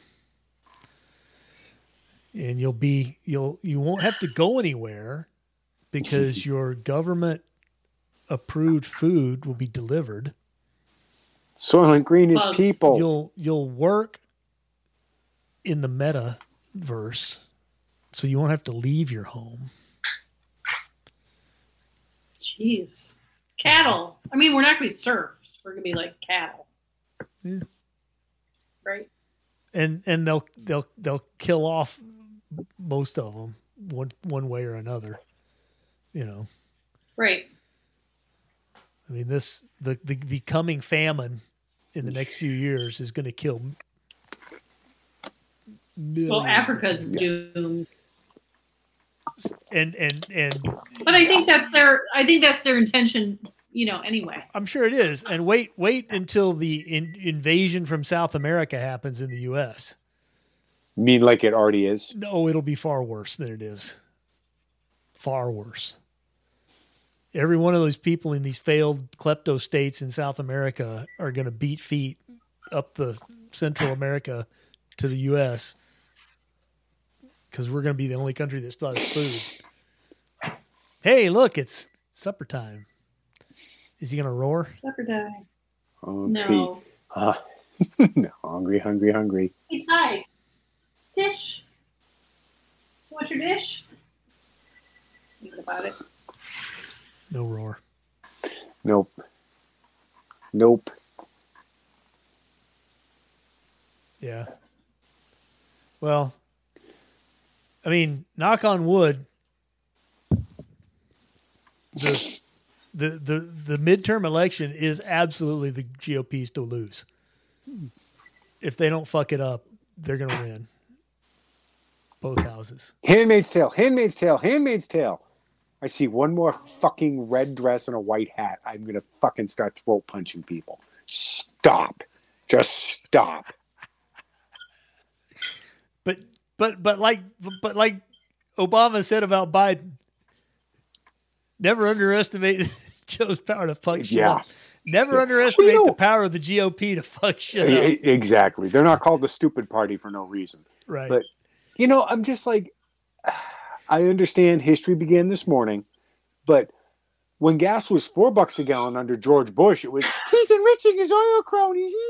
[SPEAKER 3] And you'll be you'll you won't have to go anywhere because your government approved food will be delivered.
[SPEAKER 1] house. Soylent Green is
[SPEAKER 2] Bugs.
[SPEAKER 1] people.
[SPEAKER 3] You'll you'll work in the metaverse so you won't have to leave your home.
[SPEAKER 2] Jeez. Cattle. I mean, we're not going to be serfs. We're going to be like cattle.
[SPEAKER 3] Yeah.
[SPEAKER 2] Right.
[SPEAKER 3] And and they'll they'll they'll kill off most of them one one way or another. You know.
[SPEAKER 2] Right.
[SPEAKER 3] I mean, this the the, the coming famine in the next few years is going to kill. m- Millions
[SPEAKER 2] Well,
[SPEAKER 3] of
[SPEAKER 2] Africa's
[SPEAKER 1] Yeah.
[SPEAKER 2] doomed.
[SPEAKER 3] people. and and and
[SPEAKER 2] But I think that's their. I think that's their intention. You know. Anyway.
[SPEAKER 3] I'm sure it is. And wait, wait until the in, invasion from South America happens in the U.S.
[SPEAKER 1] You mean like it already is?
[SPEAKER 3] No, it'll be far worse than it is. Far worse. Every one of those people in these failed klepto states in South America are going to beat feet up the Central America to the U.S. because we're going to be the only country that still has food. Hey, look, it's supper time. Is he going to roar?
[SPEAKER 2] Suck or die.
[SPEAKER 1] Hungry.
[SPEAKER 2] No.
[SPEAKER 1] Huh. Oh, (laughs) no, hungry, hungry, hungry.
[SPEAKER 2] Hey, Ty. Dish. You want your dish? Thinking about it.
[SPEAKER 3] No roar.
[SPEAKER 1] Nope. Nope.
[SPEAKER 3] Yeah. Well, I mean, knock on wood, the the the the midterm election is absolutely the GOP's to lose. If they don't fuck it up, they're gonna win. Both houses.
[SPEAKER 1] Handmaid's Tale, Handmaid's Tale, Handmaid's Tale. I see one more fucking red dress and a white hat. I'm gonna fucking start throat punching people. Stop. Just stop.
[SPEAKER 3] But but but like but like Obama said about Biden, never underestimate (laughs) Joe's power to fuck shit
[SPEAKER 1] Yeah.
[SPEAKER 3] up. Never
[SPEAKER 1] Yeah.
[SPEAKER 3] underestimate
[SPEAKER 1] Well, you know-
[SPEAKER 3] the power of the GOP to fuck shit
[SPEAKER 1] E-
[SPEAKER 3] up.
[SPEAKER 1] e- Exactly. They're not called the stupid party for no reason.
[SPEAKER 3] Right.
[SPEAKER 1] but- You know, I'm just like, (sighs) I understand history began this morning, but when gas was four bucks a gallon under George Bush, it was (laughs) he's enriching his oil cronies. (laughs)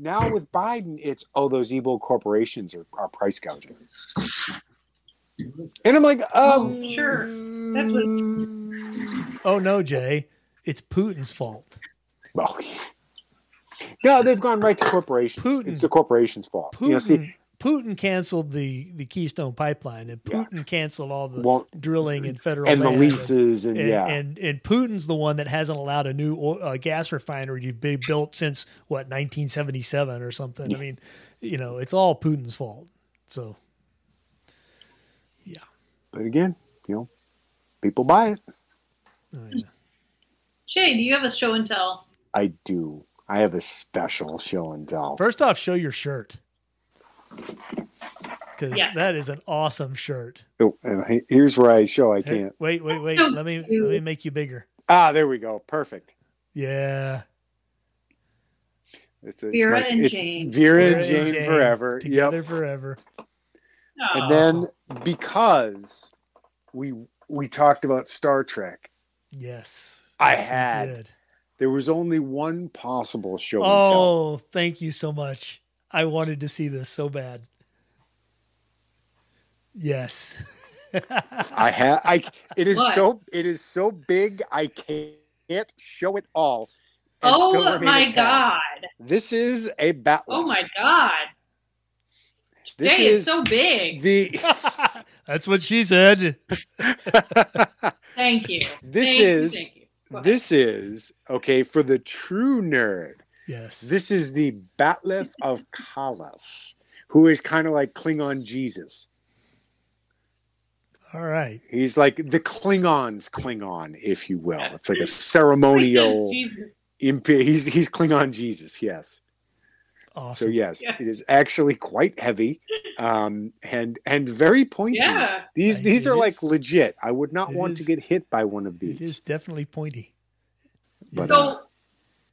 [SPEAKER 1] Now with Biden, it's oh those evil corporations are, are price gouging, and I'm like, um,
[SPEAKER 2] Oh, sure. That's what it
[SPEAKER 3] oh no, Jay. It's Putin's fault.
[SPEAKER 1] Well, oh, no, they've gone right to corporations.
[SPEAKER 3] Putin.
[SPEAKER 1] It's the corporation's fault.
[SPEAKER 3] Putin
[SPEAKER 1] You know, see,
[SPEAKER 3] Putin canceled the, the Keystone pipeline and
[SPEAKER 1] Yeah.
[SPEAKER 3] Putin canceled all the
[SPEAKER 1] won't
[SPEAKER 3] drilling and federal
[SPEAKER 1] and the
[SPEAKER 3] land.
[SPEAKER 1] leases and,
[SPEAKER 3] And,
[SPEAKER 1] yeah,
[SPEAKER 3] and and Putin's the one that hasn't allowed a new oil, uh, gas refinery to be built since what 1977 or something. I mean, you know, it's all Putin's fault. So
[SPEAKER 1] but again, you know, people buy it.
[SPEAKER 3] oh, yeah.
[SPEAKER 2] Jay, do you have a show and tell?
[SPEAKER 1] I do. I have a special show and tell.
[SPEAKER 3] First off, show your shirt. Because
[SPEAKER 2] Yes.
[SPEAKER 3] that is an awesome shirt.
[SPEAKER 1] Oh, and I- here's where I show I
[SPEAKER 3] Hey,
[SPEAKER 1] can't.
[SPEAKER 3] wait, wait,
[SPEAKER 2] That's
[SPEAKER 3] wait.
[SPEAKER 2] so
[SPEAKER 3] let me
[SPEAKER 2] cute.
[SPEAKER 3] let me make you bigger.
[SPEAKER 1] Ah, there we go. Perfect.
[SPEAKER 3] Yeah.
[SPEAKER 1] It's, it's
[SPEAKER 2] Vera
[SPEAKER 1] my-
[SPEAKER 2] and
[SPEAKER 1] it's
[SPEAKER 2] Jane.
[SPEAKER 1] Vera and
[SPEAKER 3] Vera
[SPEAKER 1] Jane forever.
[SPEAKER 3] Together
[SPEAKER 1] Yep.
[SPEAKER 3] forever.
[SPEAKER 2] Oh,
[SPEAKER 1] And then because we we talked about Star Trek,
[SPEAKER 3] Yes.
[SPEAKER 1] I
[SPEAKER 3] Yes, you
[SPEAKER 1] had
[SPEAKER 3] did.
[SPEAKER 1] there was only one possible show and tell.
[SPEAKER 3] Oh, thank you so much. I wanted to see this so bad. Yes.
[SPEAKER 1] I have. I. It is
[SPEAKER 2] What?
[SPEAKER 1] so. It is so big. I can't show it all. and still
[SPEAKER 2] oh
[SPEAKER 1] remain
[SPEAKER 2] my
[SPEAKER 1] attached.
[SPEAKER 2] god!
[SPEAKER 1] This is a bat.
[SPEAKER 2] Oh
[SPEAKER 1] laugh.
[SPEAKER 2] my god!
[SPEAKER 1] This
[SPEAKER 2] Jay
[SPEAKER 1] is
[SPEAKER 2] is so big. (laughs)
[SPEAKER 1] the.
[SPEAKER 3] (laughs) That's what she said.
[SPEAKER 2] Thank you.
[SPEAKER 1] This
[SPEAKER 2] Thank you,
[SPEAKER 1] is-
[SPEAKER 2] thank you. Go ahead.
[SPEAKER 1] this is okay for the true nerd.
[SPEAKER 3] Yes.
[SPEAKER 1] This is the Batleth of Kalas, who is kind of like Klingon Jesus.
[SPEAKER 3] All right.
[SPEAKER 1] He's like the Klingons Klingon, if you will. It's like a
[SPEAKER 2] Praise
[SPEAKER 1] ceremonial.
[SPEAKER 2] Jesus.
[SPEAKER 1] Imp- he's he's Klingon Jesus. Yes. So
[SPEAKER 3] Awesome.
[SPEAKER 1] yes,
[SPEAKER 2] Yeah.
[SPEAKER 1] it is actually quite heavy, um, and and very pointy.
[SPEAKER 2] Yeah.
[SPEAKER 1] These
[SPEAKER 3] I-
[SPEAKER 1] these
[SPEAKER 3] it
[SPEAKER 1] are
[SPEAKER 3] is-
[SPEAKER 1] like legit. I would not
[SPEAKER 3] it
[SPEAKER 1] want to
[SPEAKER 3] is-
[SPEAKER 1] get hit by one of
[SPEAKER 3] it is
[SPEAKER 1] these.
[SPEAKER 3] definitely pointy.
[SPEAKER 1] But, uh,
[SPEAKER 2] So,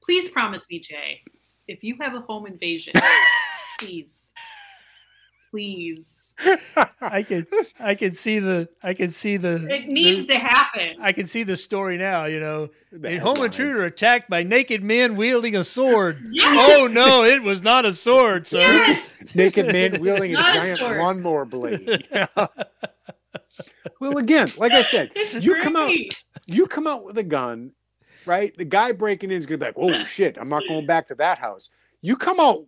[SPEAKER 2] please promise me, Jay, if you have a
[SPEAKER 1] (laughs)
[SPEAKER 2] home invasion, please, please,
[SPEAKER 3] I can I can see the I can see the
[SPEAKER 2] it needs to happen.
[SPEAKER 3] I can see the story now, you know.
[SPEAKER 1] The
[SPEAKER 3] A home
[SPEAKER 1] headlines.
[SPEAKER 3] intruder attacked by naked men wielding a sword.
[SPEAKER 2] Yes.
[SPEAKER 3] oh no, it was not a sword, sir.
[SPEAKER 2] Yes!
[SPEAKER 1] naked man wielding a
[SPEAKER 2] Not a
[SPEAKER 1] giant
[SPEAKER 2] sword.
[SPEAKER 1] lawnmower
[SPEAKER 2] (laughs)
[SPEAKER 1] blade. well, again, like I said,
[SPEAKER 2] It's
[SPEAKER 1] you come out,
[SPEAKER 2] great.
[SPEAKER 1] you come out with a gun, right? The guy breaking in is gonna be like, "Oh shit, I'm not going back to that house." You come out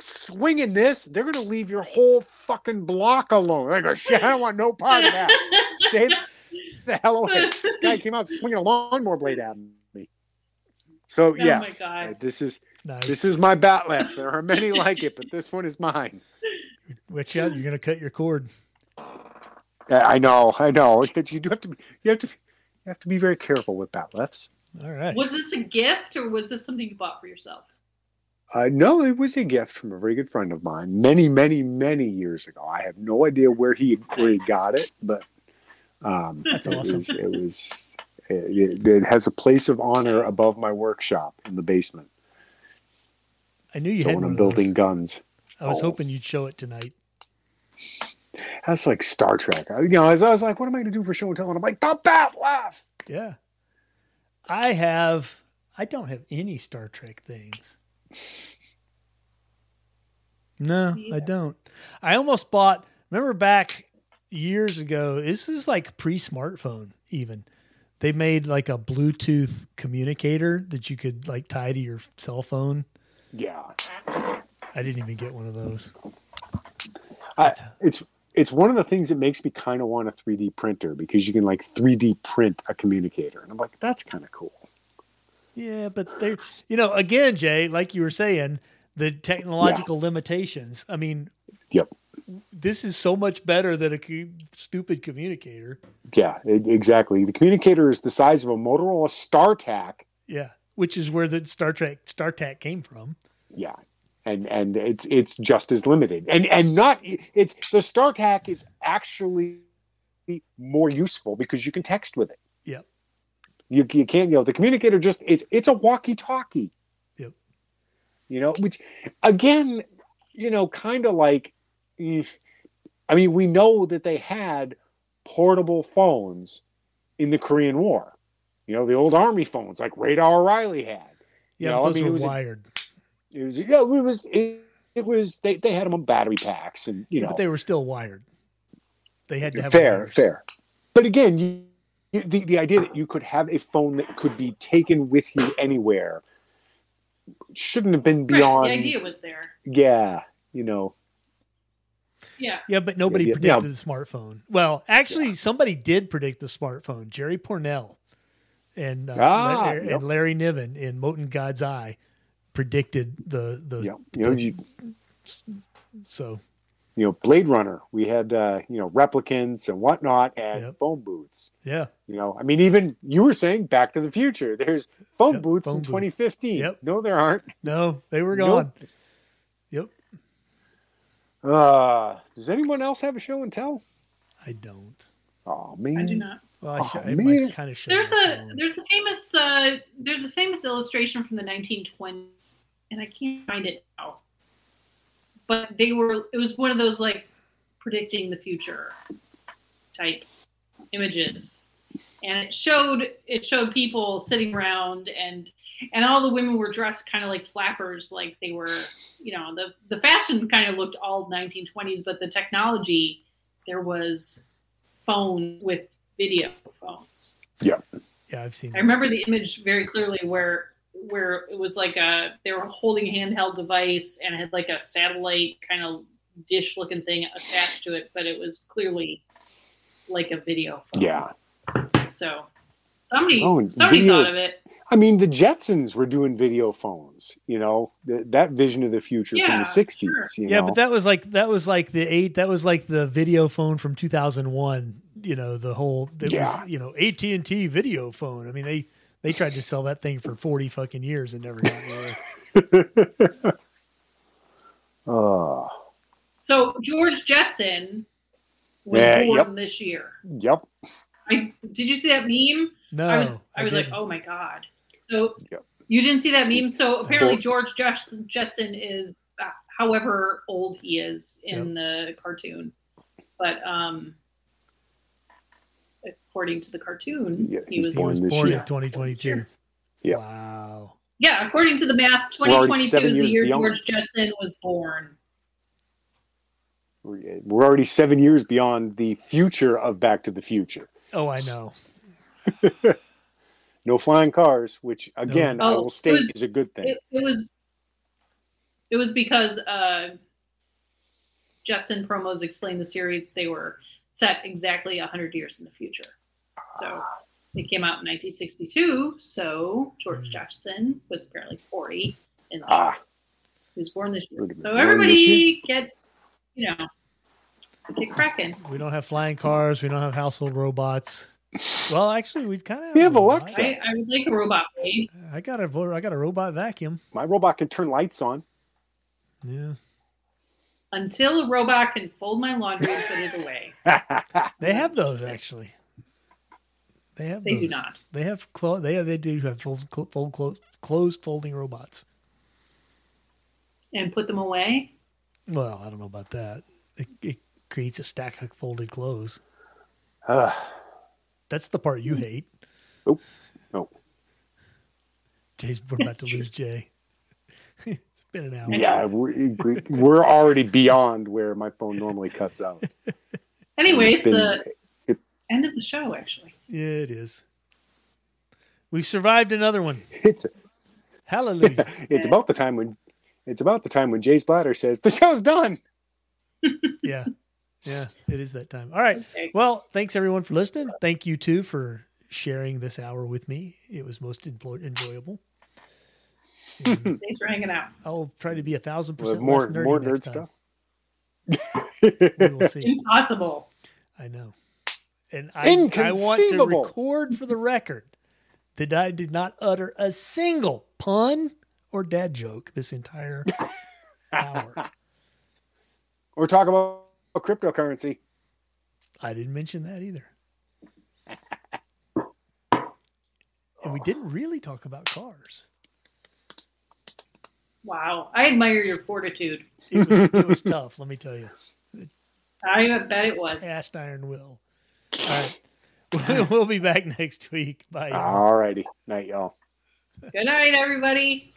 [SPEAKER 1] swinging this, they're gonna leave your whole fucking block alone. Like, go, "Shit, I don't want no part of that." Stay the hell away. Guy came out swinging a lawnmower blade at me. So
[SPEAKER 2] Oh my
[SPEAKER 1] yes,
[SPEAKER 2] God.
[SPEAKER 1] uh, this is
[SPEAKER 3] Nice.
[SPEAKER 1] this is my bat left. There are many like it, but this one is mine.
[SPEAKER 3] Watch out, you're gonna cut your cord.
[SPEAKER 1] I I know, I know. (laughs) You do have to, be, you have to, you have to be very careful with bat lefts.
[SPEAKER 3] All right.
[SPEAKER 2] Was this a gift or was this something you bought for yourself?
[SPEAKER 1] Uh, no, it was a gift from a very good friend of mine many, many, many years ago. I have no idea where he where he got it, but um,
[SPEAKER 3] (laughs) That's awesome.
[SPEAKER 1] it was it was it, it has a place of honor above my workshop in the basement.
[SPEAKER 3] I knew you
[SPEAKER 1] So
[SPEAKER 3] had
[SPEAKER 1] when I'm
[SPEAKER 3] one of
[SPEAKER 1] building
[SPEAKER 3] those.
[SPEAKER 1] guns,
[SPEAKER 3] I was
[SPEAKER 1] oh.
[SPEAKER 3] hoping you'd show it tonight.
[SPEAKER 1] That's like Star Trek. I, you know, I was, I was like, what am I going to do for show and tell? And I'm like, the bat laugh.
[SPEAKER 3] Yeah. I have I don't have any Star Trek things. No,
[SPEAKER 2] Me
[SPEAKER 3] I
[SPEAKER 2] either.
[SPEAKER 3] don't. I almost bought remember back years ago, this is like pre smartphone even. They made like a Bluetooth communicator that you could like tie to your cell phone.
[SPEAKER 1] Yeah,
[SPEAKER 3] I didn't even get one of those.
[SPEAKER 1] I, it's it's one of the things that makes me kind of want a 3D printer because you can like 3D print a communicator, and I'm like, that's kind of cool.
[SPEAKER 3] Yeah, but they you know, again, Jay, like you were saying, the technological limitations. I mean,
[SPEAKER 1] Yep.
[SPEAKER 3] this is so much better than a cu- stupid communicator.
[SPEAKER 1] Yeah, e- exactly. The communicator is the size of a Motorola StarTAC.
[SPEAKER 3] Yeah, which is where the Star Trek StarTAC came from.
[SPEAKER 1] Yeah, and and it's it's just as limited, and and not it's the StarTAC is actually more useful because you can text with it.
[SPEAKER 3] Yep.
[SPEAKER 1] You you can't you know the communicator just it's it's a walkie-talkie.
[SPEAKER 3] Yep.
[SPEAKER 1] You know, which again, you know, kind of like, eh, I mean, we know that they had portable phones in the Korean War. You know, the old army phones like Radar O'Reilly had
[SPEAKER 3] Yeah,
[SPEAKER 1] Yeah,
[SPEAKER 3] but
[SPEAKER 1] I
[SPEAKER 3] those
[SPEAKER 1] mean, it
[SPEAKER 3] were
[SPEAKER 1] was a-
[SPEAKER 3] wired,
[SPEAKER 1] it was yeah, it was it, it was they, they had them on battery packs and you
[SPEAKER 3] Yeah,
[SPEAKER 1] know
[SPEAKER 3] but they were still wired. They had to have
[SPEAKER 1] fair
[SPEAKER 3] wires.
[SPEAKER 1] fair. But again, you, you, the the idea that you could have a phone that could be taken with you anywhere shouldn't have been
[SPEAKER 2] Right,
[SPEAKER 1] beyond
[SPEAKER 2] the idea was there.
[SPEAKER 1] yeah you know
[SPEAKER 2] Yeah.
[SPEAKER 3] Yeah, but nobody
[SPEAKER 1] Yeah, yeah.
[SPEAKER 3] predicted the smartphone. Well, actually, somebody did predict the smartphone. Jerry Pornell and uh,
[SPEAKER 1] Ah,
[SPEAKER 3] Lar-
[SPEAKER 1] yep.
[SPEAKER 3] and Larry Niven in Moten God's Eye predicted the the
[SPEAKER 1] you know you know, you,
[SPEAKER 3] so
[SPEAKER 1] you know Blade Runner we had uh, you know replicants and whatnot and
[SPEAKER 3] Yep.
[SPEAKER 1] phone booths
[SPEAKER 3] yeah
[SPEAKER 1] you know I mean even you were saying Back to the Future there's phone
[SPEAKER 3] Yep,
[SPEAKER 1] booths
[SPEAKER 3] phone
[SPEAKER 1] in
[SPEAKER 3] booths.
[SPEAKER 1] 2015
[SPEAKER 3] Yep.
[SPEAKER 1] no there aren't
[SPEAKER 3] no they were
[SPEAKER 1] Nope.
[SPEAKER 3] gone. Yep,
[SPEAKER 1] uh, does anyone else have a show and tell
[SPEAKER 3] I don't.
[SPEAKER 1] Oh man,
[SPEAKER 2] I do not.
[SPEAKER 3] Well, I,
[SPEAKER 1] Oh,
[SPEAKER 3] sh- I
[SPEAKER 1] man.
[SPEAKER 3] might kind of show.
[SPEAKER 2] There's
[SPEAKER 3] my
[SPEAKER 2] a
[SPEAKER 3] phone.
[SPEAKER 2] there's a famous uh, there's a famous illustration from the 1920s, and I can't find it now. But they were it was one of those like predicting the future type images, and it showed it showed people sitting around and and all the women were dressed kind of like flappers, like they were you know the the fashion kind of looked all 1920s, but the technology there was phone with video phones.
[SPEAKER 3] yeah, I've seen.
[SPEAKER 2] I
[SPEAKER 3] That.
[SPEAKER 2] remember the image very clearly where where it was like a they were holding a handheld device and it had like a satellite kind of dish looking thing attached to it, but it was clearly like a video phone.
[SPEAKER 1] Yeah,
[SPEAKER 2] So somebody
[SPEAKER 1] Oh, and
[SPEAKER 2] somebody
[SPEAKER 1] video-
[SPEAKER 2] thought of it.
[SPEAKER 1] I mean the Jetsons were doing video phones. You know Th- that vision of the future from
[SPEAKER 2] Yeah,
[SPEAKER 1] the '60s.
[SPEAKER 2] sure.
[SPEAKER 1] You
[SPEAKER 3] yeah,
[SPEAKER 1] know?
[SPEAKER 3] but that was like that was like the eight. That was like the video phone from 2001. You know, the whole it
[SPEAKER 1] Yeah.
[SPEAKER 3] was you know AT and T video phone. I mean they they tried to sell that thing for 40 fucking years and never got
[SPEAKER 2] (laughs)
[SPEAKER 3] anywhere.
[SPEAKER 1] Uh,
[SPEAKER 2] So George Jetson was
[SPEAKER 1] Yeah,
[SPEAKER 2] born
[SPEAKER 1] yep.
[SPEAKER 2] this year.
[SPEAKER 1] yep.
[SPEAKER 2] I did you see that meme?
[SPEAKER 3] No,
[SPEAKER 2] I was I was like,
[SPEAKER 3] didn't.
[SPEAKER 2] oh my god. So
[SPEAKER 1] Yep.
[SPEAKER 2] you didn't see that meme.
[SPEAKER 1] He's
[SPEAKER 2] So apparently
[SPEAKER 1] four-
[SPEAKER 2] George Jetson, Jetson is uh, however old he is in the cartoon, but um, according to the cartoon,
[SPEAKER 1] Yeah,
[SPEAKER 2] he
[SPEAKER 1] he's
[SPEAKER 2] was
[SPEAKER 3] he was
[SPEAKER 1] Born this
[SPEAKER 3] born
[SPEAKER 1] year.
[SPEAKER 3] in 2022.
[SPEAKER 1] Yeah.
[SPEAKER 3] Wow.
[SPEAKER 2] yeah. According to the math,
[SPEAKER 1] We're already
[SPEAKER 2] 2022
[SPEAKER 1] seven
[SPEAKER 2] is the
[SPEAKER 1] years
[SPEAKER 2] year
[SPEAKER 1] beyond.
[SPEAKER 2] George Jetson was born.
[SPEAKER 1] We're we're already seven years beyond the future of Back to the Future.
[SPEAKER 3] Oh, I know.
[SPEAKER 1] No flying cars, which again I
[SPEAKER 2] Oh,
[SPEAKER 1] will
[SPEAKER 2] it
[SPEAKER 1] state
[SPEAKER 2] was-
[SPEAKER 1] is a good thing.
[SPEAKER 2] It, it was it was because uh, Jetson promos explained the series they were set exactly hundred years in the future. So they came out in 1962. So George
[SPEAKER 3] Hmm.
[SPEAKER 2] Jetson was apparently 40, and
[SPEAKER 1] Mm. ah,
[SPEAKER 2] he was born this year.
[SPEAKER 1] Wait a minute,
[SPEAKER 2] So
[SPEAKER 1] born this
[SPEAKER 2] everybody get you know get cracking.
[SPEAKER 3] We don't have flying cars. We don't have household robots. Well, actually, we kind of
[SPEAKER 1] We have Alexa.
[SPEAKER 2] I, I would like a robot babe.
[SPEAKER 3] I got a vo- I got a robot vacuum.
[SPEAKER 1] my robot can turn lights on. (laughs)
[SPEAKER 3] Yeah.
[SPEAKER 2] until a robot can fold my laundry and put it away. Oh,
[SPEAKER 3] They have those actually. They have.
[SPEAKER 2] They do
[SPEAKER 3] those.
[SPEAKER 2] not.
[SPEAKER 3] They have clo- They they do have fold, clo- fold close closed folding robots.
[SPEAKER 2] And put them away.
[SPEAKER 3] Well, I don't know about that. It, it creates a stack of folded clothes.
[SPEAKER 1] Ugh.
[SPEAKER 3] That's the part
[SPEAKER 2] Hmm.
[SPEAKER 3] you hate.
[SPEAKER 1] Oh, no.
[SPEAKER 3] Jay's we're about
[SPEAKER 2] That's
[SPEAKER 3] to
[SPEAKER 2] true.
[SPEAKER 3] lose Jay. (laughs) it's been an hour.
[SPEAKER 1] yeah, we're, we're already beyond where my phone normally cuts out.
[SPEAKER 2] Anyway, it's
[SPEAKER 1] Been-
[SPEAKER 2] the uh, end of the show actually.
[SPEAKER 3] Yeah, it is. We've survived another one.
[SPEAKER 1] It's
[SPEAKER 2] (laughs)
[SPEAKER 3] Hallelujah.
[SPEAKER 1] it's about the time when it's about the time when Jay's bladder says the show's done.
[SPEAKER 3] yeah. Yeah, it is that time. All right.
[SPEAKER 2] Okay.
[SPEAKER 3] Well, thanks everyone for listening. Thank you too for sharing this hour with me. It was most employ- enjoyable. And
[SPEAKER 2] Thanks for hanging out.
[SPEAKER 3] I'll try to be a thousand
[SPEAKER 1] We'll have
[SPEAKER 3] percent
[SPEAKER 1] more
[SPEAKER 3] less nerdy
[SPEAKER 1] more
[SPEAKER 3] next
[SPEAKER 1] nerd
[SPEAKER 3] time.
[SPEAKER 1] stuff.
[SPEAKER 3] We will see.
[SPEAKER 2] Impossible.
[SPEAKER 3] I know. And I, I want to
[SPEAKER 1] Inconceivable.
[SPEAKER 3] record for the record that I did not utter a single pun or dad joke
[SPEAKER 1] (laughs)
[SPEAKER 3] this entire hour.
[SPEAKER 1] or talk about cryptocurrency.
[SPEAKER 3] I didn't mention that either. And we didn't really talk about cars.
[SPEAKER 2] Wow. I admire your fortitude.
[SPEAKER 3] It was, it was tough, let me tell you.
[SPEAKER 2] I bet it was.
[SPEAKER 3] Cast iron will. All right. (laughs) We'll- We'll be back next week. Bye.
[SPEAKER 1] All righty. Night, y'all.
[SPEAKER 2] Good night, everybody.